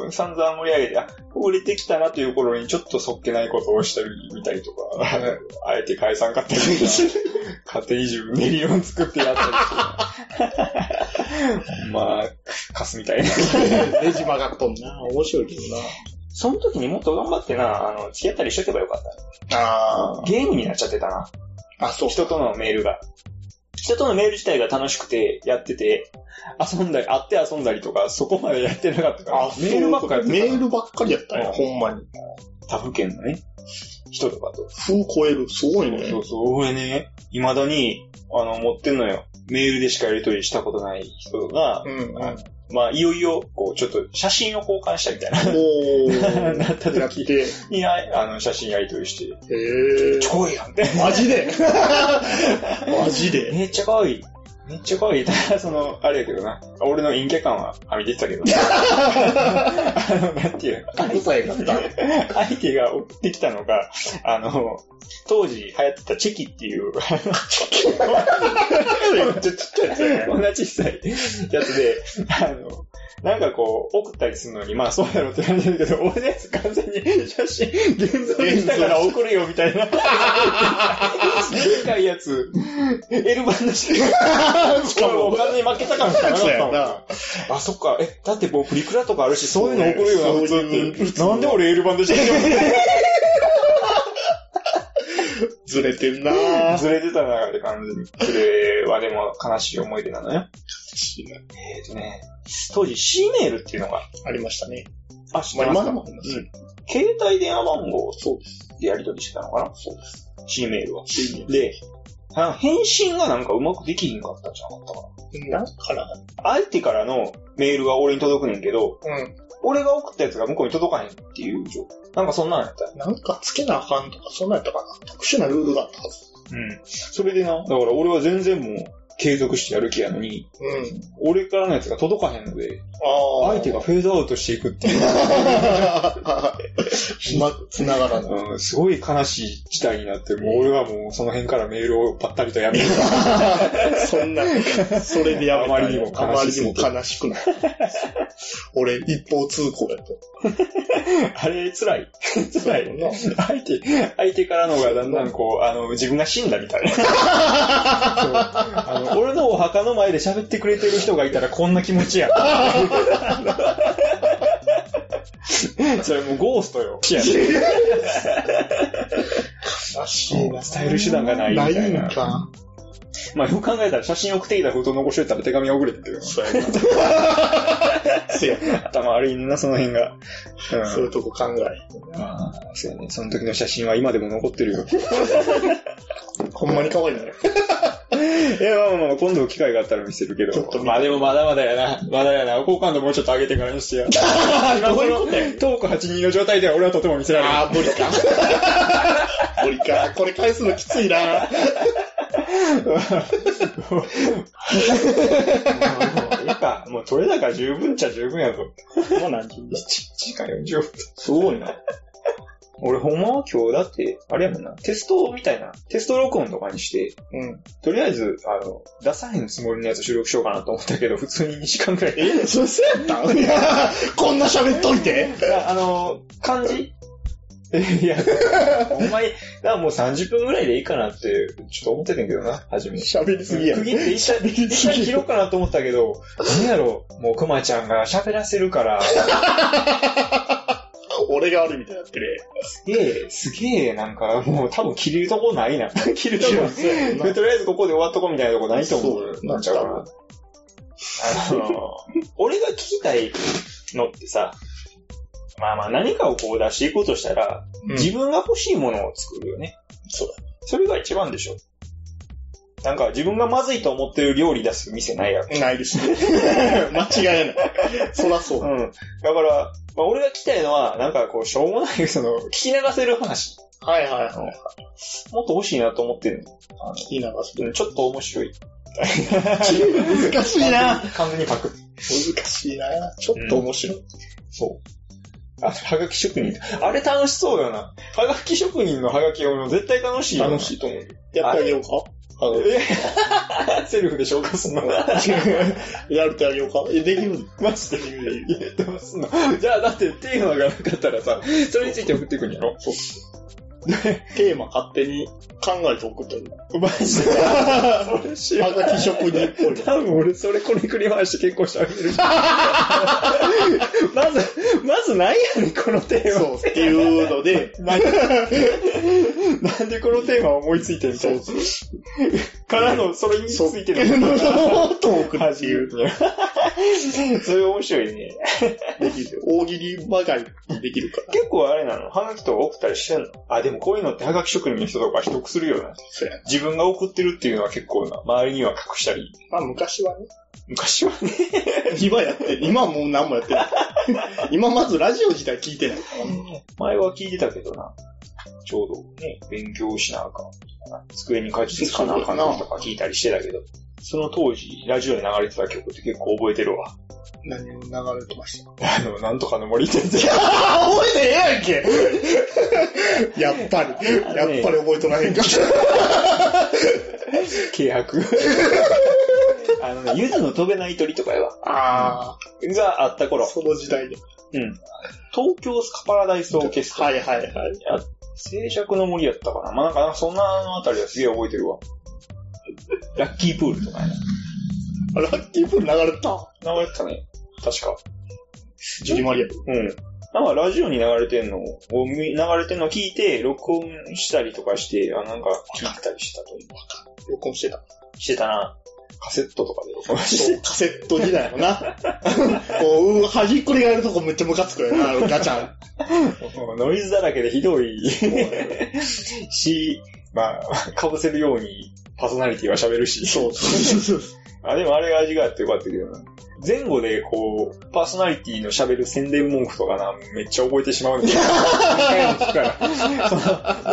Speaker 1: 散々盛り上げて、あ、売れてきたなという頃にちょっとそっけないことをしたり見たりとか、あえて解散買ったりとか、勝手に自分で理論作ってやったりとか。まあ、カスみたいな。
Speaker 2: ねじ曲がっとんな。面白いけどな。
Speaker 1: その時にもっと頑張ってな、あの、付き合ったりしとけばよかった。
Speaker 2: あ
Speaker 1: ゲームになっちゃってたな。
Speaker 2: あ。あ、そう。
Speaker 1: 人とのメールが。人とのメール自体が楽しくて、やってて、遊んだり、会って遊んだりとか、そこまでやってなかったから。
Speaker 2: あ、
Speaker 1: メールばっかやってた
Speaker 2: メ
Speaker 1: な
Speaker 2: ールばっかりやったんや、ほんまに。
Speaker 1: 他府県のね、人とかと。
Speaker 2: 風超える。すごいね。
Speaker 1: そうそう、俺ね、未だに、あの、持ってんのよ。メールでしかやりとりしたことない人が、
Speaker 2: うん。お
Speaker 1: あまあ、いよいよ、こう、ちょっと写真を交換したみたいな。
Speaker 2: ー。
Speaker 1: なった
Speaker 2: やっ
Speaker 1: 時
Speaker 2: て。
Speaker 1: に、ああの、写真やりとりして、
Speaker 2: へえ。
Speaker 1: ちょこいやんって。
Speaker 2: マジ でマジで
Speaker 1: めっちゃ可愛い。めっちゃ可愛い。ただ、その、あれやけどな。俺の陰キャ感ははみ出てたけど。あの、なんていうの
Speaker 2: うさいか った。
Speaker 1: 相手が送ってきたのが、あの、当時流行ってたチェキっていう、
Speaker 2: ちょちっちゃいやつやね
Speaker 1: 同じ小さいやつで、あの、なんかこう、送ったりするのに、まあそうやろって感じだけど、俺のやつ完全に写真、現像にしたから送るよみたいな。でかいやつ、L 版の写真。し
Speaker 2: し
Speaker 1: か
Speaker 2: か
Speaker 1: もお
Speaker 2: も、
Speaker 1: 金に負けた感しかなかっ
Speaker 2: そう
Speaker 1: た
Speaker 2: や
Speaker 1: もん
Speaker 2: な。
Speaker 1: あ、そっか。え、だってもうプリクラとかあるし、そういうの送るよな、普
Speaker 2: そう
Speaker 1: 通
Speaker 2: いう
Speaker 1: に。なんで俺 L 版で写真
Speaker 2: ずれてんな
Speaker 1: をずれてたな、って感じ。それはでも悲しい思い出なのね。えっ、とね、当時 C メールっていうのが、
Speaker 2: ありましたね。
Speaker 1: あ、知っ
Speaker 2: ま
Speaker 1: て
Speaker 2: あ
Speaker 1: ますか
Speaker 2: 今でもありますよ。
Speaker 1: 携帯電話番号
Speaker 2: そうです。
Speaker 1: でやり取りしてたのかなそうです。C メールは。で、あ返信がなんかうまくできひんかったんじゃなかったか
Speaker 2: なんから、
Speaker 1: な。相手からのメールが俺に届くねんけど、
Speaker 2: うん。
Speaker 1: 俺が送ったやつが向こうに届かへんっていう状況。なんかそんなんやったよ
Speaker 2: なんかつけなあかんとか、そんなんやったかな。特殊なルールがあったはず。
Speaker 1: うん。それでな、だから俺は全然もう、継続してやる気やのに、
Speaker 2: うん。
Speaker 1: 俺からのやつが届かへんので、
Speaker 2: ああ。
Speaker 1: 相手がフェードアウトしていくっていう、
Speaker 2: ま、つながらない。
Speaker 1: うん、すごい悲しい事態になって、もう俺はもうその辺からメールをぱったりとやめる。
Speaker 2: そんな、それでやめた
Speaker 1: あまりにも悲しすぎて
Speaker 2: あまりにも悲しくなる。俺、一方通行やと。
Speaker 1: あれ、辛い。辛 い。
Speaker 2: な。
Speaker 1: 相手、相手からのがだんだんこう、あの、自分が死んだみたいな。そうあの俺のお墓の前で喋ってくれてる人がいたらこんな気持ちや。 それもうゴーストよ。
Speaker 2: 悲しいな。
Speaker 1: 伝える手段がないみた
Speaker 2: ない
Speaker 1: な。
Speaker 2: いんか。
Speaker 1: まあよく考えたら写真送ってきた封筒残しといたら手紙は送れたけど。
Speaker 2: そうやな。そうやな。
Speaker 1: 頭悪いねんな、その辺が。うん。
Speaker 2: そういうとこ考
Speaker 1: ああそうやね。その時の写真は今でも残ってるよ。
Speaker 2: え。ほんまに可愛いね。
Speaker 1: いや、まあまあまあ、今度機会があったら見せるけど。
Speaker 2: ちょっと見て
Speaker 1: まあでもまだまだやな。まだやな。好感度もうちょっと上げてからに してや。今このトーク82の状態では俺はとても見せられる。
Speaker 2: ああ、無理 か。無理か。これ返すのきついな。
Speaker 1: やっぱ、もう取れ高十分っちゃ十分やぞ。
Speaker 2: もう何
Speaker 1: 1
Speaker 2: 時
Speaker 1: 時間40分。
Speaker 2: すごいな。
Speaker 1: 俺ほんまは今日だって、あれやもんな、テストみたいな、テスト録音とかにして、
Speaker 2: うん。
Speaker 1: とりあえず、あの、出さへんつもりのやつ収録しようかなと思ったけど、普通に2時間くらい。
Speaker 2: え、それせや ったんいや、こんな喋っといて。
Speaker 1: いやあの、漢字えいや、ほんまに、だからもう30分ぐらいでいいかなって、ちょっと思ってたけどな、初め。
Speaker 2: 喋りすぎや。
Speaker 1: 区切って一社、一社切ろうかなと思ったけど、何やろ、もうくまちゃんが喋らせる から、
Speaker 2: 俺が悪いみたいになってる。
Speaker 1: すげえ、すげえ、なんか、もう多分切れるとこないな。 切るとこ。
Speaker 2: そう
Speaker 1: とりあえずここで終わっとこみたいなとこないと思
Speaker 2: そうう。
Speaker 1: なっちゃうから。あの、 俺が聞きたいのってさ、まあまあ何かをこう出していこうとしたら、
Speaker 2: うん
Speaker 1: 自分が欲しいものを作るよね。
Speaker 2: そう
Speaker 1: それが一番でしょ。なんか自分がまずいと思ってる料理出す店ないやろ。
Speaker 2: ない ですね。間違いない。そらそう。
Speaker 1: うん。だから、まあ、俺が聞きたいのは、なんかこう、しょうもない、その、聞き流せる話。
Speaker 2: はいはいはい。
Speaker 1: もっと欲しいなと思ってる
Speaker 2: 聞き流す。
Speaker 1: うんちょっと面白い。
Speaker 2: 難しいな。
Speaker 1: 完全にパクって。
Speaker 2: 難しいな。ちょっと面白い。
Speaker 1: そう。あ、はがき職人。あれ楽しそうよな。はがき職人のはがき俺も絶対楽しいよ。
Speaker 2: 楽しいと思う。や
Speaker 1: やっ
Speaker 2: っ
Speaker 1: てて
Speaker 2: あ
Speaker 1: あ
Speaker 2: げ
Speaker 1: げ
Speaker 2: ようかあの、
Speaker 1: え セルフで紹介すんの
Speaker 2: やってあげようかえ、できるの
Speaker 1: マジで。いや、どうすんのじゃあ、だってテーマがなかったらさ、それについて送ってくんやろ
Speaker 2: そうテーマ勝手に考えて送 ってる。
Speaker 1: マジで。
Speaker 2: は
Speaker 1: それ知らん
Speaker 2: がき職人っぽい。
Speaker 1: 多分俺それこねくり回して結構喋 る。まず、まず何やねん、このテーマ。
Speaker 2: そう、っていうので、
Speaker 1: なんなんでこのテーマ思いついてん
Speaker 2: そ
Speaker 1: の
Speaker 2: うそう。
Speaker 1: からの、それにつ
Speaker 2: そう
Speaker 1: いて
Speaker 2: ト
Speaker 1: る。
Speaker 2: ークって
Speaker 1: 始
Speaker 2: いう。
Speaker 1: う。 それ面白いね。
Speaker 2: できる。大喜利ばかりできるから。
Speaker 1: 結構あれなのハガキとか送ったりしてんのあ、でもこういうのってハガキ職人の人とか秘匿するよな。
Speaker 2: そうやな。
Speaker 1: 自分が送ってるっていうのは結構な。周りには隠したり。
Speaker 2: まあ昔はね。
Speaker 1: 昔はね。
Speaker 2: 今やって、今はもう何もやって ない。今まずラジオ自体聞いてない。
Speaker 1: 前は聞いてたけどな。ちょうどね、勉強しなあかん。机に書いてつかなあかん時とか聞いたりしてたけど。その当時、ラジオで流れてた曲って結構覚えてるわ。
Speaker 2: 何を流れてました
Speaker 1: あの、なんとかの森って言って。
Speaker 2: あ、 覚えてええやんけやっぱり、やっぱり覚えとらへんか。
Speaker 1: 軽薄。 あのね、ゆずの飛べない鳥とかやわ。
Speaker 2: あ
Speaker 1: があった
Speaker 2: あ、
Speaker 1: 頃、
Speaker 2: その時代で。
Speaker 1: 東京スカパラダイスオーケストラ。
Speaker 2: はいはいはい。
Speaker 1: 静寂の森やったかな。まあ、なんか、そんなあのあたりはすげえ覚えてるわ。 ラッキープールとかね。
Speaker 2: あラッキープール流れた。
Speaker 1: 名前やったね。確か。
Speaker 2: ジュリマリア。
Speaker 1: うん。なんかラジオに流れてんのを、み流れてんのを聞いて、録音したりとかして、あ、なんか聞いたりしてたと思
Speaker 2: 録音してた。
Speaker 1: う。してたな。カセットとかで録音して。
Speaker 2: そう、カセット時代のな。 こう、うん端っこにやるとこめっちゃムカつくよな、ガチャン。
Speaker 1: ノイズだらけでひどい し、まあ、かぶせるようにパーソナリティは喋るし。
Speaker 2: そうそうそうそう。
Speaker 1: あ、でもあれが味があってよかったけどな。前後でこう、パーソナリティの喋る宣伝文句とかな、めっちゃ覚えてしまう みたいな。何回も聞くからそ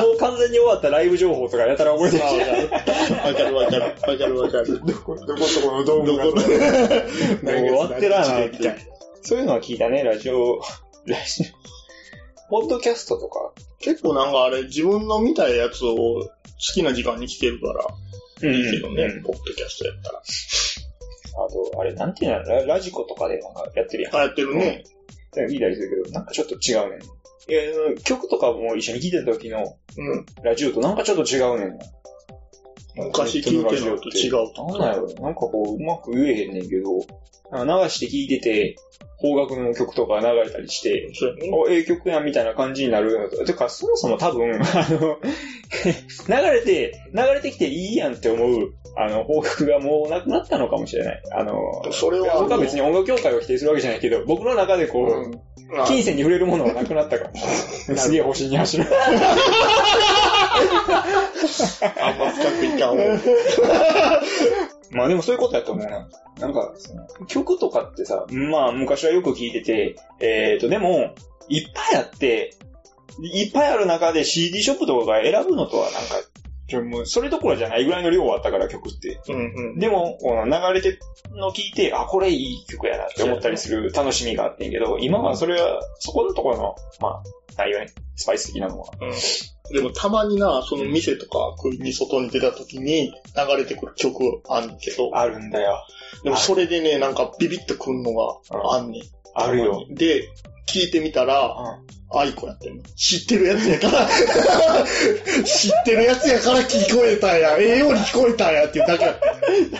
Speaker 1: のもう完全に終わったライブ情報とかやたら覚えてきて、
Speaker 2: わかるわかる。わかるわかる。
Speaker 1: どこ、どことこの道具
Speaker 2: ど
Speaker 1: が
Speaker 2: こ。
Speaker 1: も う終わってらな、みたいな
Speaker 2: な。。
Speaker 1: そういうのは聞いたね、ラジオ、ラジオ。ポッドキャストとか。
Speaker 2: 結構なんかあれ、自分の見たいやつを好きな時間に聞けるから、
Speaker 1: う
Speaker 2: いいけどね、
Speaker 1: ん
Speaker 2: ポッドキャストやったら。
Speaker 1: あと、あれ、なんていうのララジコとかでなんかやってるやん。
Speaker 2: 流行ってるね。
Speaker 1: うん。見たりするけど、なんかちょっと違うねん。えー曲とかも一緒に聴いてた時の
Speaker 2: うん。
Speaker 1: ラジオとなんかちょっと違うねん。
Speaker 2: 昔聞いてるのと違
Speaker 1: なん
Speaker 2: う
Speaker 1: なんやろなんかこう、うまく言えへんねんけど、なんか流して聴いてて、邦楽の曲とか流れたりして、
Speaker 2: そうやね。
Speaker 1: お、ええ曲やんみたいな感じになるようなと。てか、そもそも多分、 あの、流れて、流れてきていいやんって思う、あの、報告がもうなくなったのかもしれない。あの、
Speaker 2: それは
Speaker 1: 僕は別に音楽協会を否定するわけじゃないけど、僕の中でこう、
Speaker 2: まあ
Speaker 1: 金銭に触れるものはな くなったかも。すげえ星に走る。
Speaker 2: あんま深くいかんわ。
Speaker 1: まあでもそういうことやと思うな。なんか、その曲とかってさ、まあ昔はよく聴いてて、えっ、と、でも、いっぱいあって、いっぱいある中で CD ショップとかが選ぶのとはなんか、ちょもうそれどころじゃないぐらいの量はあったから曲って。
Speaker 2: うんうん。
Speaker 1: でも、この流れての聞いて、あ、これいい曲やなって思ったりする楽しみがあってんけど、今はそれは、そこのところの、まあ、ないよね。スパイス的なのは。
Speaker 2: でもたまにな、その店とか食いに外に出た時に流れてくる曲あんけど、
Speaker 1: あるんだよ。
Speaker 2: でもそれでね、なんかビビッとくんのがあんねん。
Speaker 1: あるよ。
Speaker 2: で、聞いてみたら、アイコやってんの。知ってるやつやから、 知ってるやつやから聞こえたんや、ええように聞こえたんやっていうだけやっ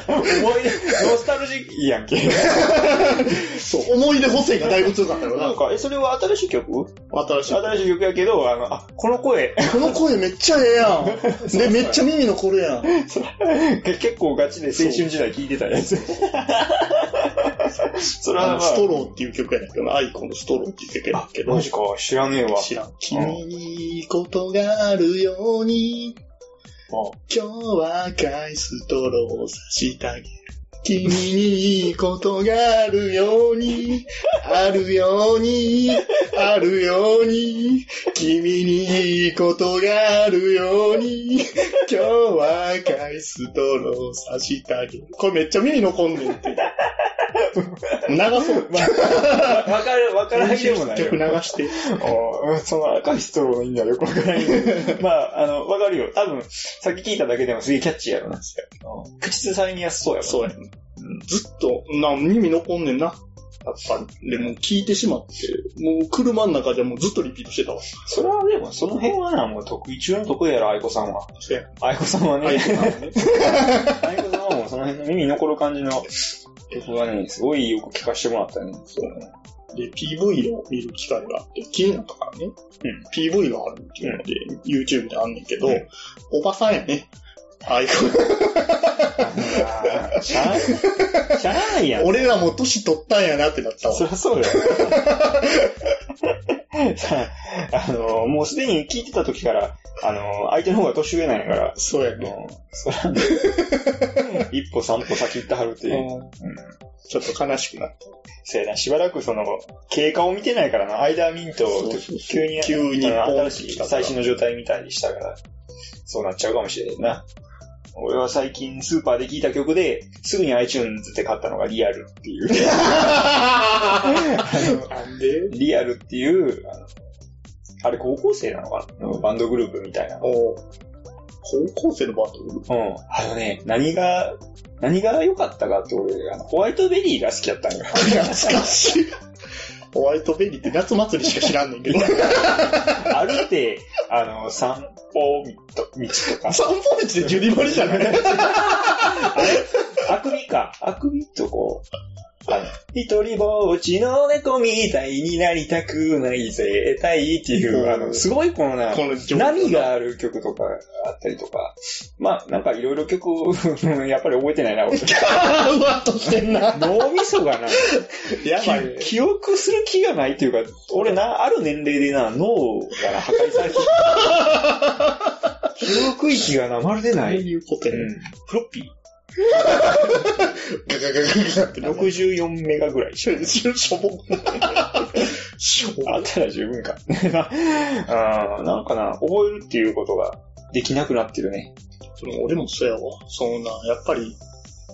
Speaker 2: た
Speaker 1: 思い出、ノスタルジーやんけ。
Speaker 2: そう、思い出補正がだいぶ強かったよ
Speaker 1: なん
Speaker 2: な。
Speaker 1: か、え、それは新しい曲
Speaker 2: 新しい。
Speaker 1: 新しい曲やけど、あの、あ、この声、
Speaker 2: この声めっちゃええや ん。で、めっちゃ耳残るやん。
Speaker 1: け結構ガチで青春時代聴いてたやつ。それ
Speaker 2: あ
Speaker 1: は、ま
Speaker 2: の、
Speaker 1: あ
Speaker 2: ストローっていう曲やねんけどな、アイコのストローっていう曲やねんけど
Speaker 1: マ。ジか、知らねえわ。
Speaker 2: 知らん。君にいいことがあるように、今日は赤いストローを差してあげる。君にいいことがあるように、あるように、あるように、君にいいことがあるように、今日は赤いストローを差してあげる。これめっちゃ耳残んねんって。長そう。
Speaker 1: あ わかる、わからな
Speaker 2: 曲
Speaker 1: いでもないよ。
Speaker 2: 流して。
Speaker 1: あーその赤いストローの意味はよくわからない。 まあ、あの、わかるよ。多分、さっき聞いただけでもすげえキャッチーやろな。口ずさみやすそうやろ。
Speaker 2: そうやね。ずっと、な、耳残んねんな。やっぱり。で、もう聞いてしまって、もう車の中でもうずっとリピートしてたわ。
Speaker 1: それはでも、その辺はな、もう得意中の得意やろ、愛子さんは。
Speaker 2: そうや
Speaker 1: 愛子さんはね、
Speaker 2: アイ
Speaker 1: 愛
Speaker 2: コ
Speaker 1: 子
Speaker 2: なのね
Speaker 1: さんはもうその辺の耳に残る感じの曲はね、すごいよく聞かせてもらったね。
Speaker 2: そうで、PV を見る機会があって、気になったからね。
Speaker 1: ん
Speaker 2: PV があるっていうので、YouTube であんねんけど、
Speaker 1: うん
Speaker 2: おばさんやね。アイコ
Speaker 1: あーしゃあ、しゃあないやん。
Speaker 2: 俺らも年取ったんやなってなったわ
Speaker 1: そ。りゃそうよ。あの、もうすでに聞いてた時から、あの、相手の方が年上なんやから、
Speaker 2: そうやね。
Speaker 1: もう、そらね、一歩三歩先行ってはるっていう。
Speaker 2: うんちょっと悲しくなった。
Speaker 1: せやな、しばらくその、経過を見てないからな、アイダーミント
Speaker 2: そうそうそう、
Speaker 1: 急に、
Speaker 2: 急に
Speaker 1: あの
Speaker 2: ポン
Speaker 1: 新しい、最新の状態みたいにしたから、そうなっちゃうかもしれんな。俺は最近スーパーで聴いた曲で、すぐに iTunes で買ったのがリアルって いう。
Speaker 2: なんで
Speaker 1: リアルっていう、あのあれ高校生なのかなバンドグループみたいな。うん。
Speaker 2: お高校生のバトル
Speaker 1: あのね、何が、何が良かったかって俺、あのホワイトベリーが好きやった んよ。
Speaker 2: 懐かしい。ホワイトベリーって夏祭りしか知らんねんけど。
Speaker 1: 歩いて、あの、散歩道とか、
Speaker 2: 散歩道でジュリマリじゃない
Speaker 1: あくびか、あくびとこう、あの一人ぼっちの猫みたいになりたくないぜ、たいっていう、あの、すごいこのな、
Speaker 2: この情報
Speaker 1: 波がある曲とかあったりとか、まあ、なんかいろいろ曲、 やっぱり覚えてないな、俺
Speaker 2: うわっとしてんな。
Speaker 1: 脳みそ がな、
Speaker 2: やばいね
Speaker 1: 記。記憶する気がないというか、俺な、ある年齢でな、脳がな破壊されてる。 記憶域がな、まるでない。
Speaker 2: いうことやね
Speaker 1: フロッピー
Speaker 2: ガガガガガってな。
Speaker 1: 64メガぐらいしょ。
Speaker 2: しょしょぼ。しょぼ。
Speaker 1: あったら十分か。あーなんかな、覚えるっていうことができなくなってるね。
Speaker 2: その俺もそうやわ。そんな、やっぱり、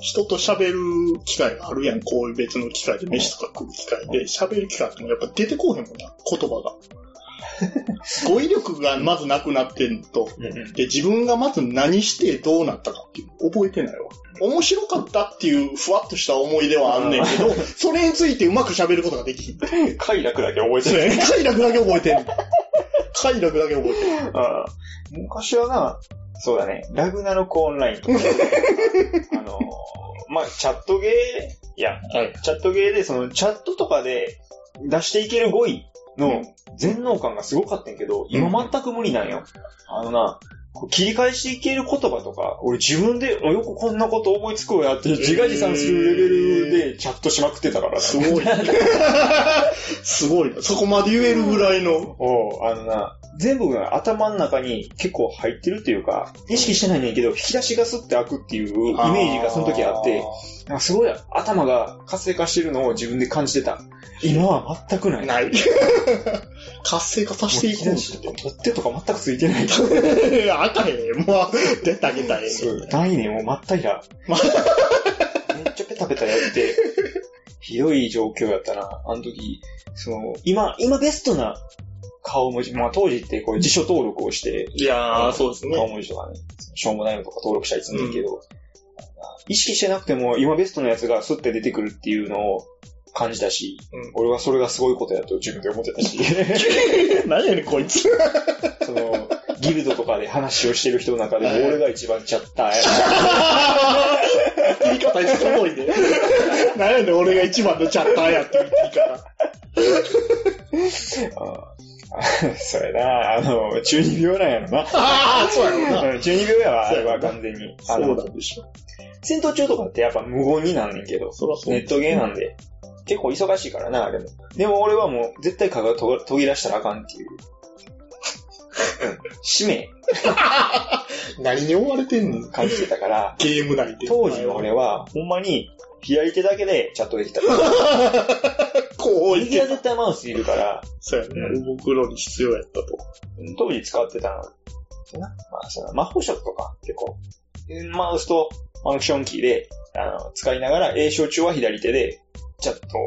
Speaker 2: 人と喋る機会があるやん。こういう別の機会で、飯とか食う機会で、喋る機会あってもやっぱ出てこうへんもんな、言葉が。 語彙力がまずなくなってんと、で、自分がまず何してどうなったかっていうの覚えてないわ。面白かったっていうふわっとした思い出はあんねんけ ど、それについてうまく喋ることができひん。
Speaker 1: 快楽だけ覚えて
Speaker 2: そ
Speaker 1: る。
Speaker 2: れ、快楽だけ覚えてんの。快楽だけ覚え てんの。
Speaker 1: あー昔はな、そうだね、ラグナロクオンライン とか、あのー、まあ、チャットゲー、いや、
Speaker 2: はい
Speaker 1: チャットゲーで、その、チャットとかで出していける語彙の全能感がすごかったんやけど、今全く無理なんよ。あのな、こう切り返していける言葉とか、俺自分で、あよくこんなこと思いつくわやって、自画自賛するレベルでチャットしまくってたからな
Speaker 2: すごい。 すごいな。そこまで言えるぐらいの。
Speaker 1: おうあのな、全部が頭の中に結構入ってるっていうか、意識してないねんけど、引き出しがスッて開くっていうイメージがその時あって、なんかすごい頭が活性化してるのを自分で感じてた。今は全くない。もう
Speaker 2: ない。活性化させてい
Speaker 1: 引き
Speaker 2: こう
Speaker 1: 出しとか取っ手とか全くついてない。
Speaker 2: って。あかへん。もう、出た出たえ
Speaker 1: そうないねん、もうまったりだ。
Speaker 2: ま
Speaker 1: めっちゃペタペタやって、ひどい状況やったな。あの時、その、今、今ベストな顔文字、まあ当時ってこう辞書登録をして、
Speaker 2: いやー、そうです
Speaker 1: 顔
Speaker 2: ね。
Speaker 1: 文字とかね、しょうもないのとか登録したりするんだけど、意識してなくても今ベストのやつがスッて出てくるっていうのを感じたし、
Speaker 2: うん
Speaker 1: 俺はそれがすごいことやと自分で思ってたし、
Speaker 2: 何やねん、こいつ。
Speaker 1: その、ギルドとかで話をしてる人の中でも
Speaker 2: はい
Speaker 1: 俺が一番チャッターや。
Speaker 2: 言い方すごいね。何やねん、俺が一番のチャッターやって言っていいから。
Speaker 1: あーそれな、あの、中二病なんやろな。
Speaker 2: あー、そうやろな。
Speaker 1: うん 中二病やわ、あ
Speaker 2: そ
Speaker 1: れ
Speaker 2: うやな
Speaker 1: は完全に。あ
Speaker 2: そう
Speaker 1: の
Speaker 2: なんでしょ。
Speaker 1: 戦闘中とかってやっぱ無言になんねんけど、
Speaker 2: そらそう。
Speaker 1: ネットゲーなんで、結構忙しいからな、あれも。でも俺はもう絶対蚊がとが途切らしたらあかんって いう。使命
Speaker 2: 何に追われてんの
Speaker 1: 感じてたから、
Speaker 2: ゲーム内で。
Speaker 1: 当時の俺は、ほんまに、左手だけでチャットでき た。
Speaker 2: こうい
Speaker 1: 右は
Speaker 2: け。
Speaker 1: 絶対マウスいるから、
Speaker 2: そうやね。動くのに必要やったと。
Speaker 1: 当時使ってたのってな、まあ、その、魔法色とか、結構、マウスとファンクションキーで、あの、使いながら、詠唱中は左手で、チャットを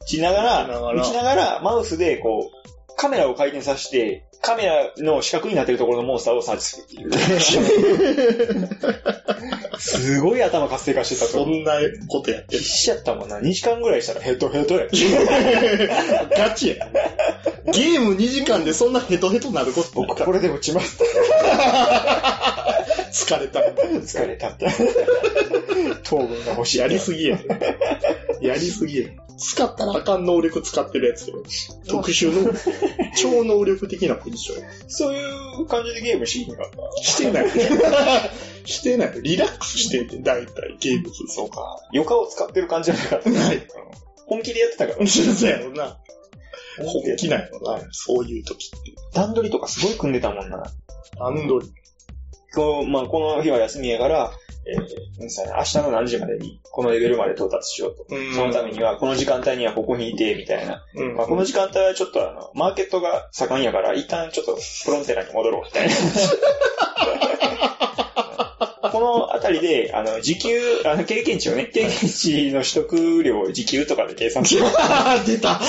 Speaker 1: 打ちなが
Speaker 2: 打ちな
Speaker 1: ら、
Speaker 2: が
Speaker 1: 打
Speaker 2: ら
Speaker 1: ちながら、マウスで、こう、カメラを回転させて、カメラの四角になってるところのモンスターをサーチするって いう。すごい頭活性化してた
Speaker 2: そ
Speaker 1: と。
Speaker 2: んなことやって
Speaker 1: 必死やったもんな。2時間ぐらいしたらヘトヘトや。
Speaker 2: る。 ガチや。ゲーム2時間でそんなヘトヘトなること
Speaker 1: 僕、これで落ちます。
Speaker 2: 疲れた。
Speaker 1: 疲れた って。糖分が欲しい。
Speaker 2: やりすぎや。やりすぎや。使ったらあかん能力使ってるやつよ。特殊の、超能力的なポジションや。
Speaker 1: そういう感じでゲームしひんかった。
Speaker 2: してない。 してない。リラックスしてんて、だいたいゲームする。
Speaker 1: そうか。余暇を使ってる感じじゃなかった。
Speaker 2: ない。
Speaker 1: 本気でやってたから。
Speaker 2: そうやろな。本気なんやろな。そういう時って。
Speaker 1: 段取りとかすごい組んでたもんな。
Speaker 2: アンドリ。
Speaker 1: こうまあ、この日は休みやから、えーなんすかね明日の何時までに、このレベルまで到達しようと。
Speaker 2: うん
Speaker 1: そのためには、この時間帯にはここにいて、みたいな。
Speaker 2: うん。
Speaker 1: まあ、この時間帯はちょっとあの、マーケットが盛んやから、一旦ちょっとプロンテラに戻ろう、み たいな。このあたりで、あの、時給、あの、経験値をね、経験値の取得量を時給とかで計算する。
Speaker 2: 出た
Speaker 1: で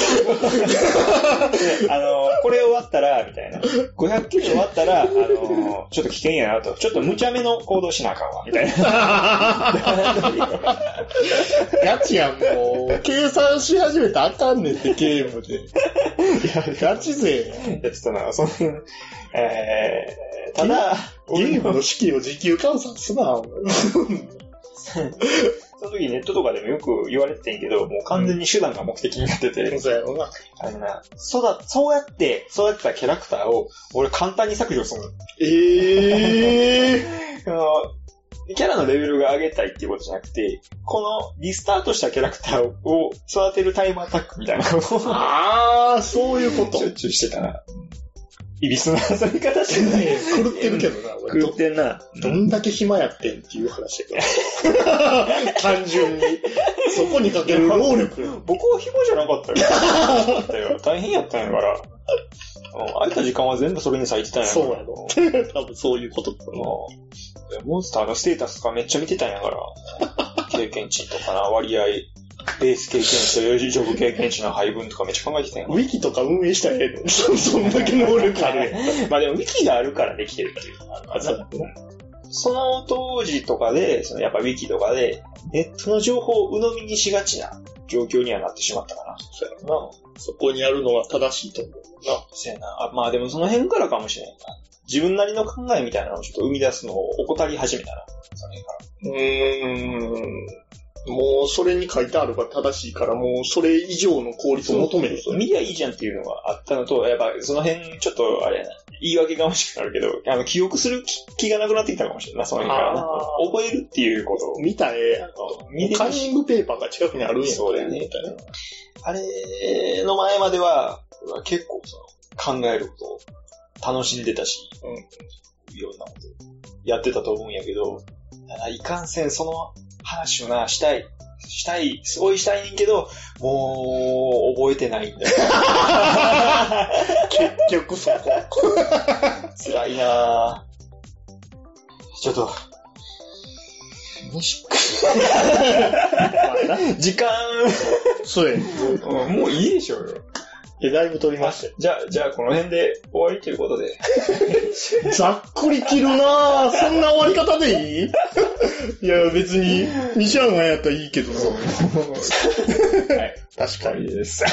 Speaker 1: あの、これ終わったら、みたいな。500キロ終わったら、あの、ちょっと危険やなと。ちょっと無茶目の行動しなあかんわ、みたいな。
Speaker 2: ガチやん、もう。計算し始めたらあかんねんって、ゲーム で。ガチ勢やん。
Speaker 1: やってたな、その、えー、ただ、
Speaker 2: ゲ
Speaker 1: 俺
Speaker 2: ーム
Speaker 1: の
Speaker 2: の式を時給換算すな、お前
Speaker 1: その時ネットとかでもよく言われてんけど、もう完全に手段が目的になってて、
Speaker 2: そうやろな。
Speaker 1: あのな、そうだ、そうやって、そうやってたキャラクターを、俺簡単に削除するの。
Speaker 2: ええ
Speaker 1: あのキャラのレベルが上げたいっていうことじゃなくて、このリスタートしたキャラクターを育てるタイムアタックみたいなことを
Speaker 2: ー。あー、そういうこ
Speaker 1: しょっ
Speaker 2: と。
Speaker 1: ちゅうしてたな。いびつな遊び方してない。
Speaker 2: 狂ってるけどな、俺
Speaker 1: 狂
Speaker 2: ど
Speaker 1: っ。てんな。
Speaker 2: どんだけ暇やってんっていう話や から。単純に。そこにかける労力。
Speaker 1: 僕は暇じゃなかったよだったよ。大変やったんやから。うん空いた時間は全部それに割いてたんやから。
Speaker 2: そうやろ
Speaker 1: うん
Speaker 2: 多分そういうことだと思
Speaker 1: モンスターのステータスとかめっちゃ見てたんやから。経験値とかな、割合。ベース経験値と余剰経験値の配分とかめっちゃ考えてたんや
Speaker 2: う。ウィキとか運営したらええの そんだけ能力あるや ん。
Speaker 1: まあでも、ウィキがあるからできてるっていうのがあるから
Speaker 2: そ
Speaker 1: さその当時とかで、そのやっぱウィキとかで、ネットの情報を鵜呑みにしがちな状況にはなってしまったかな。
Speaker 2: そうやろな。そこにあるのは正しいと思う。
Speaker 1: そうやな。あまあでもその辺からかもしれないな。自分なりの考えみたいなのをちょっと生み出すのを怠り始めたな。その辺から
Speaker 2: うーん。もうそれに書いてあるが正しいから、もうそれ以上の効率を求める。
Speaker 1: そう見りゃいいじゃんっていうのがあったのと、やっぱその辺ちょっとあれやな。言い訳がもしくなるけど、あの、記憶する気気がなくなってきたかもしれないな、その辺からな
Speaker 2: あ。
Speaker 1: 覚えるっていうことを。
Speaker 2: 見たらええやん。
Speaker 1: 見
Speaker 2: カ
Speaker 1: て
Speaker 2: ンニングペーパーが近くにあるんや
Speaker 1: そうだよね
Speaker 2: みたいな
Speaker 1: あれの前までは、結構その、考えることを楽しんでたし、いろんなことやってたと思うんやけど、ただいかんせんその話をな、したい、したい、すごいしたいねんけど、もう、覚えてないんだよ。
Speaker 2: 結局そこ。
Speaker 1: 辛いな ぁ。ちょっと、もし時間、
Speaker 2: そうやね。
Speaker 1: もういいでしょうよ。
Speaker 2: え、だいぶ取りまし
Speaker 1: じゃあ、じゃあ、この辺で終わりということ で。
Speaker 2: たよ。ざっくり切るなぁ。そんな終わり方でいいいや、別に、西山がやったらいいけどさ。
Speaker 1: はい。
Speaker 2: 確かに。
Speaker 1: です。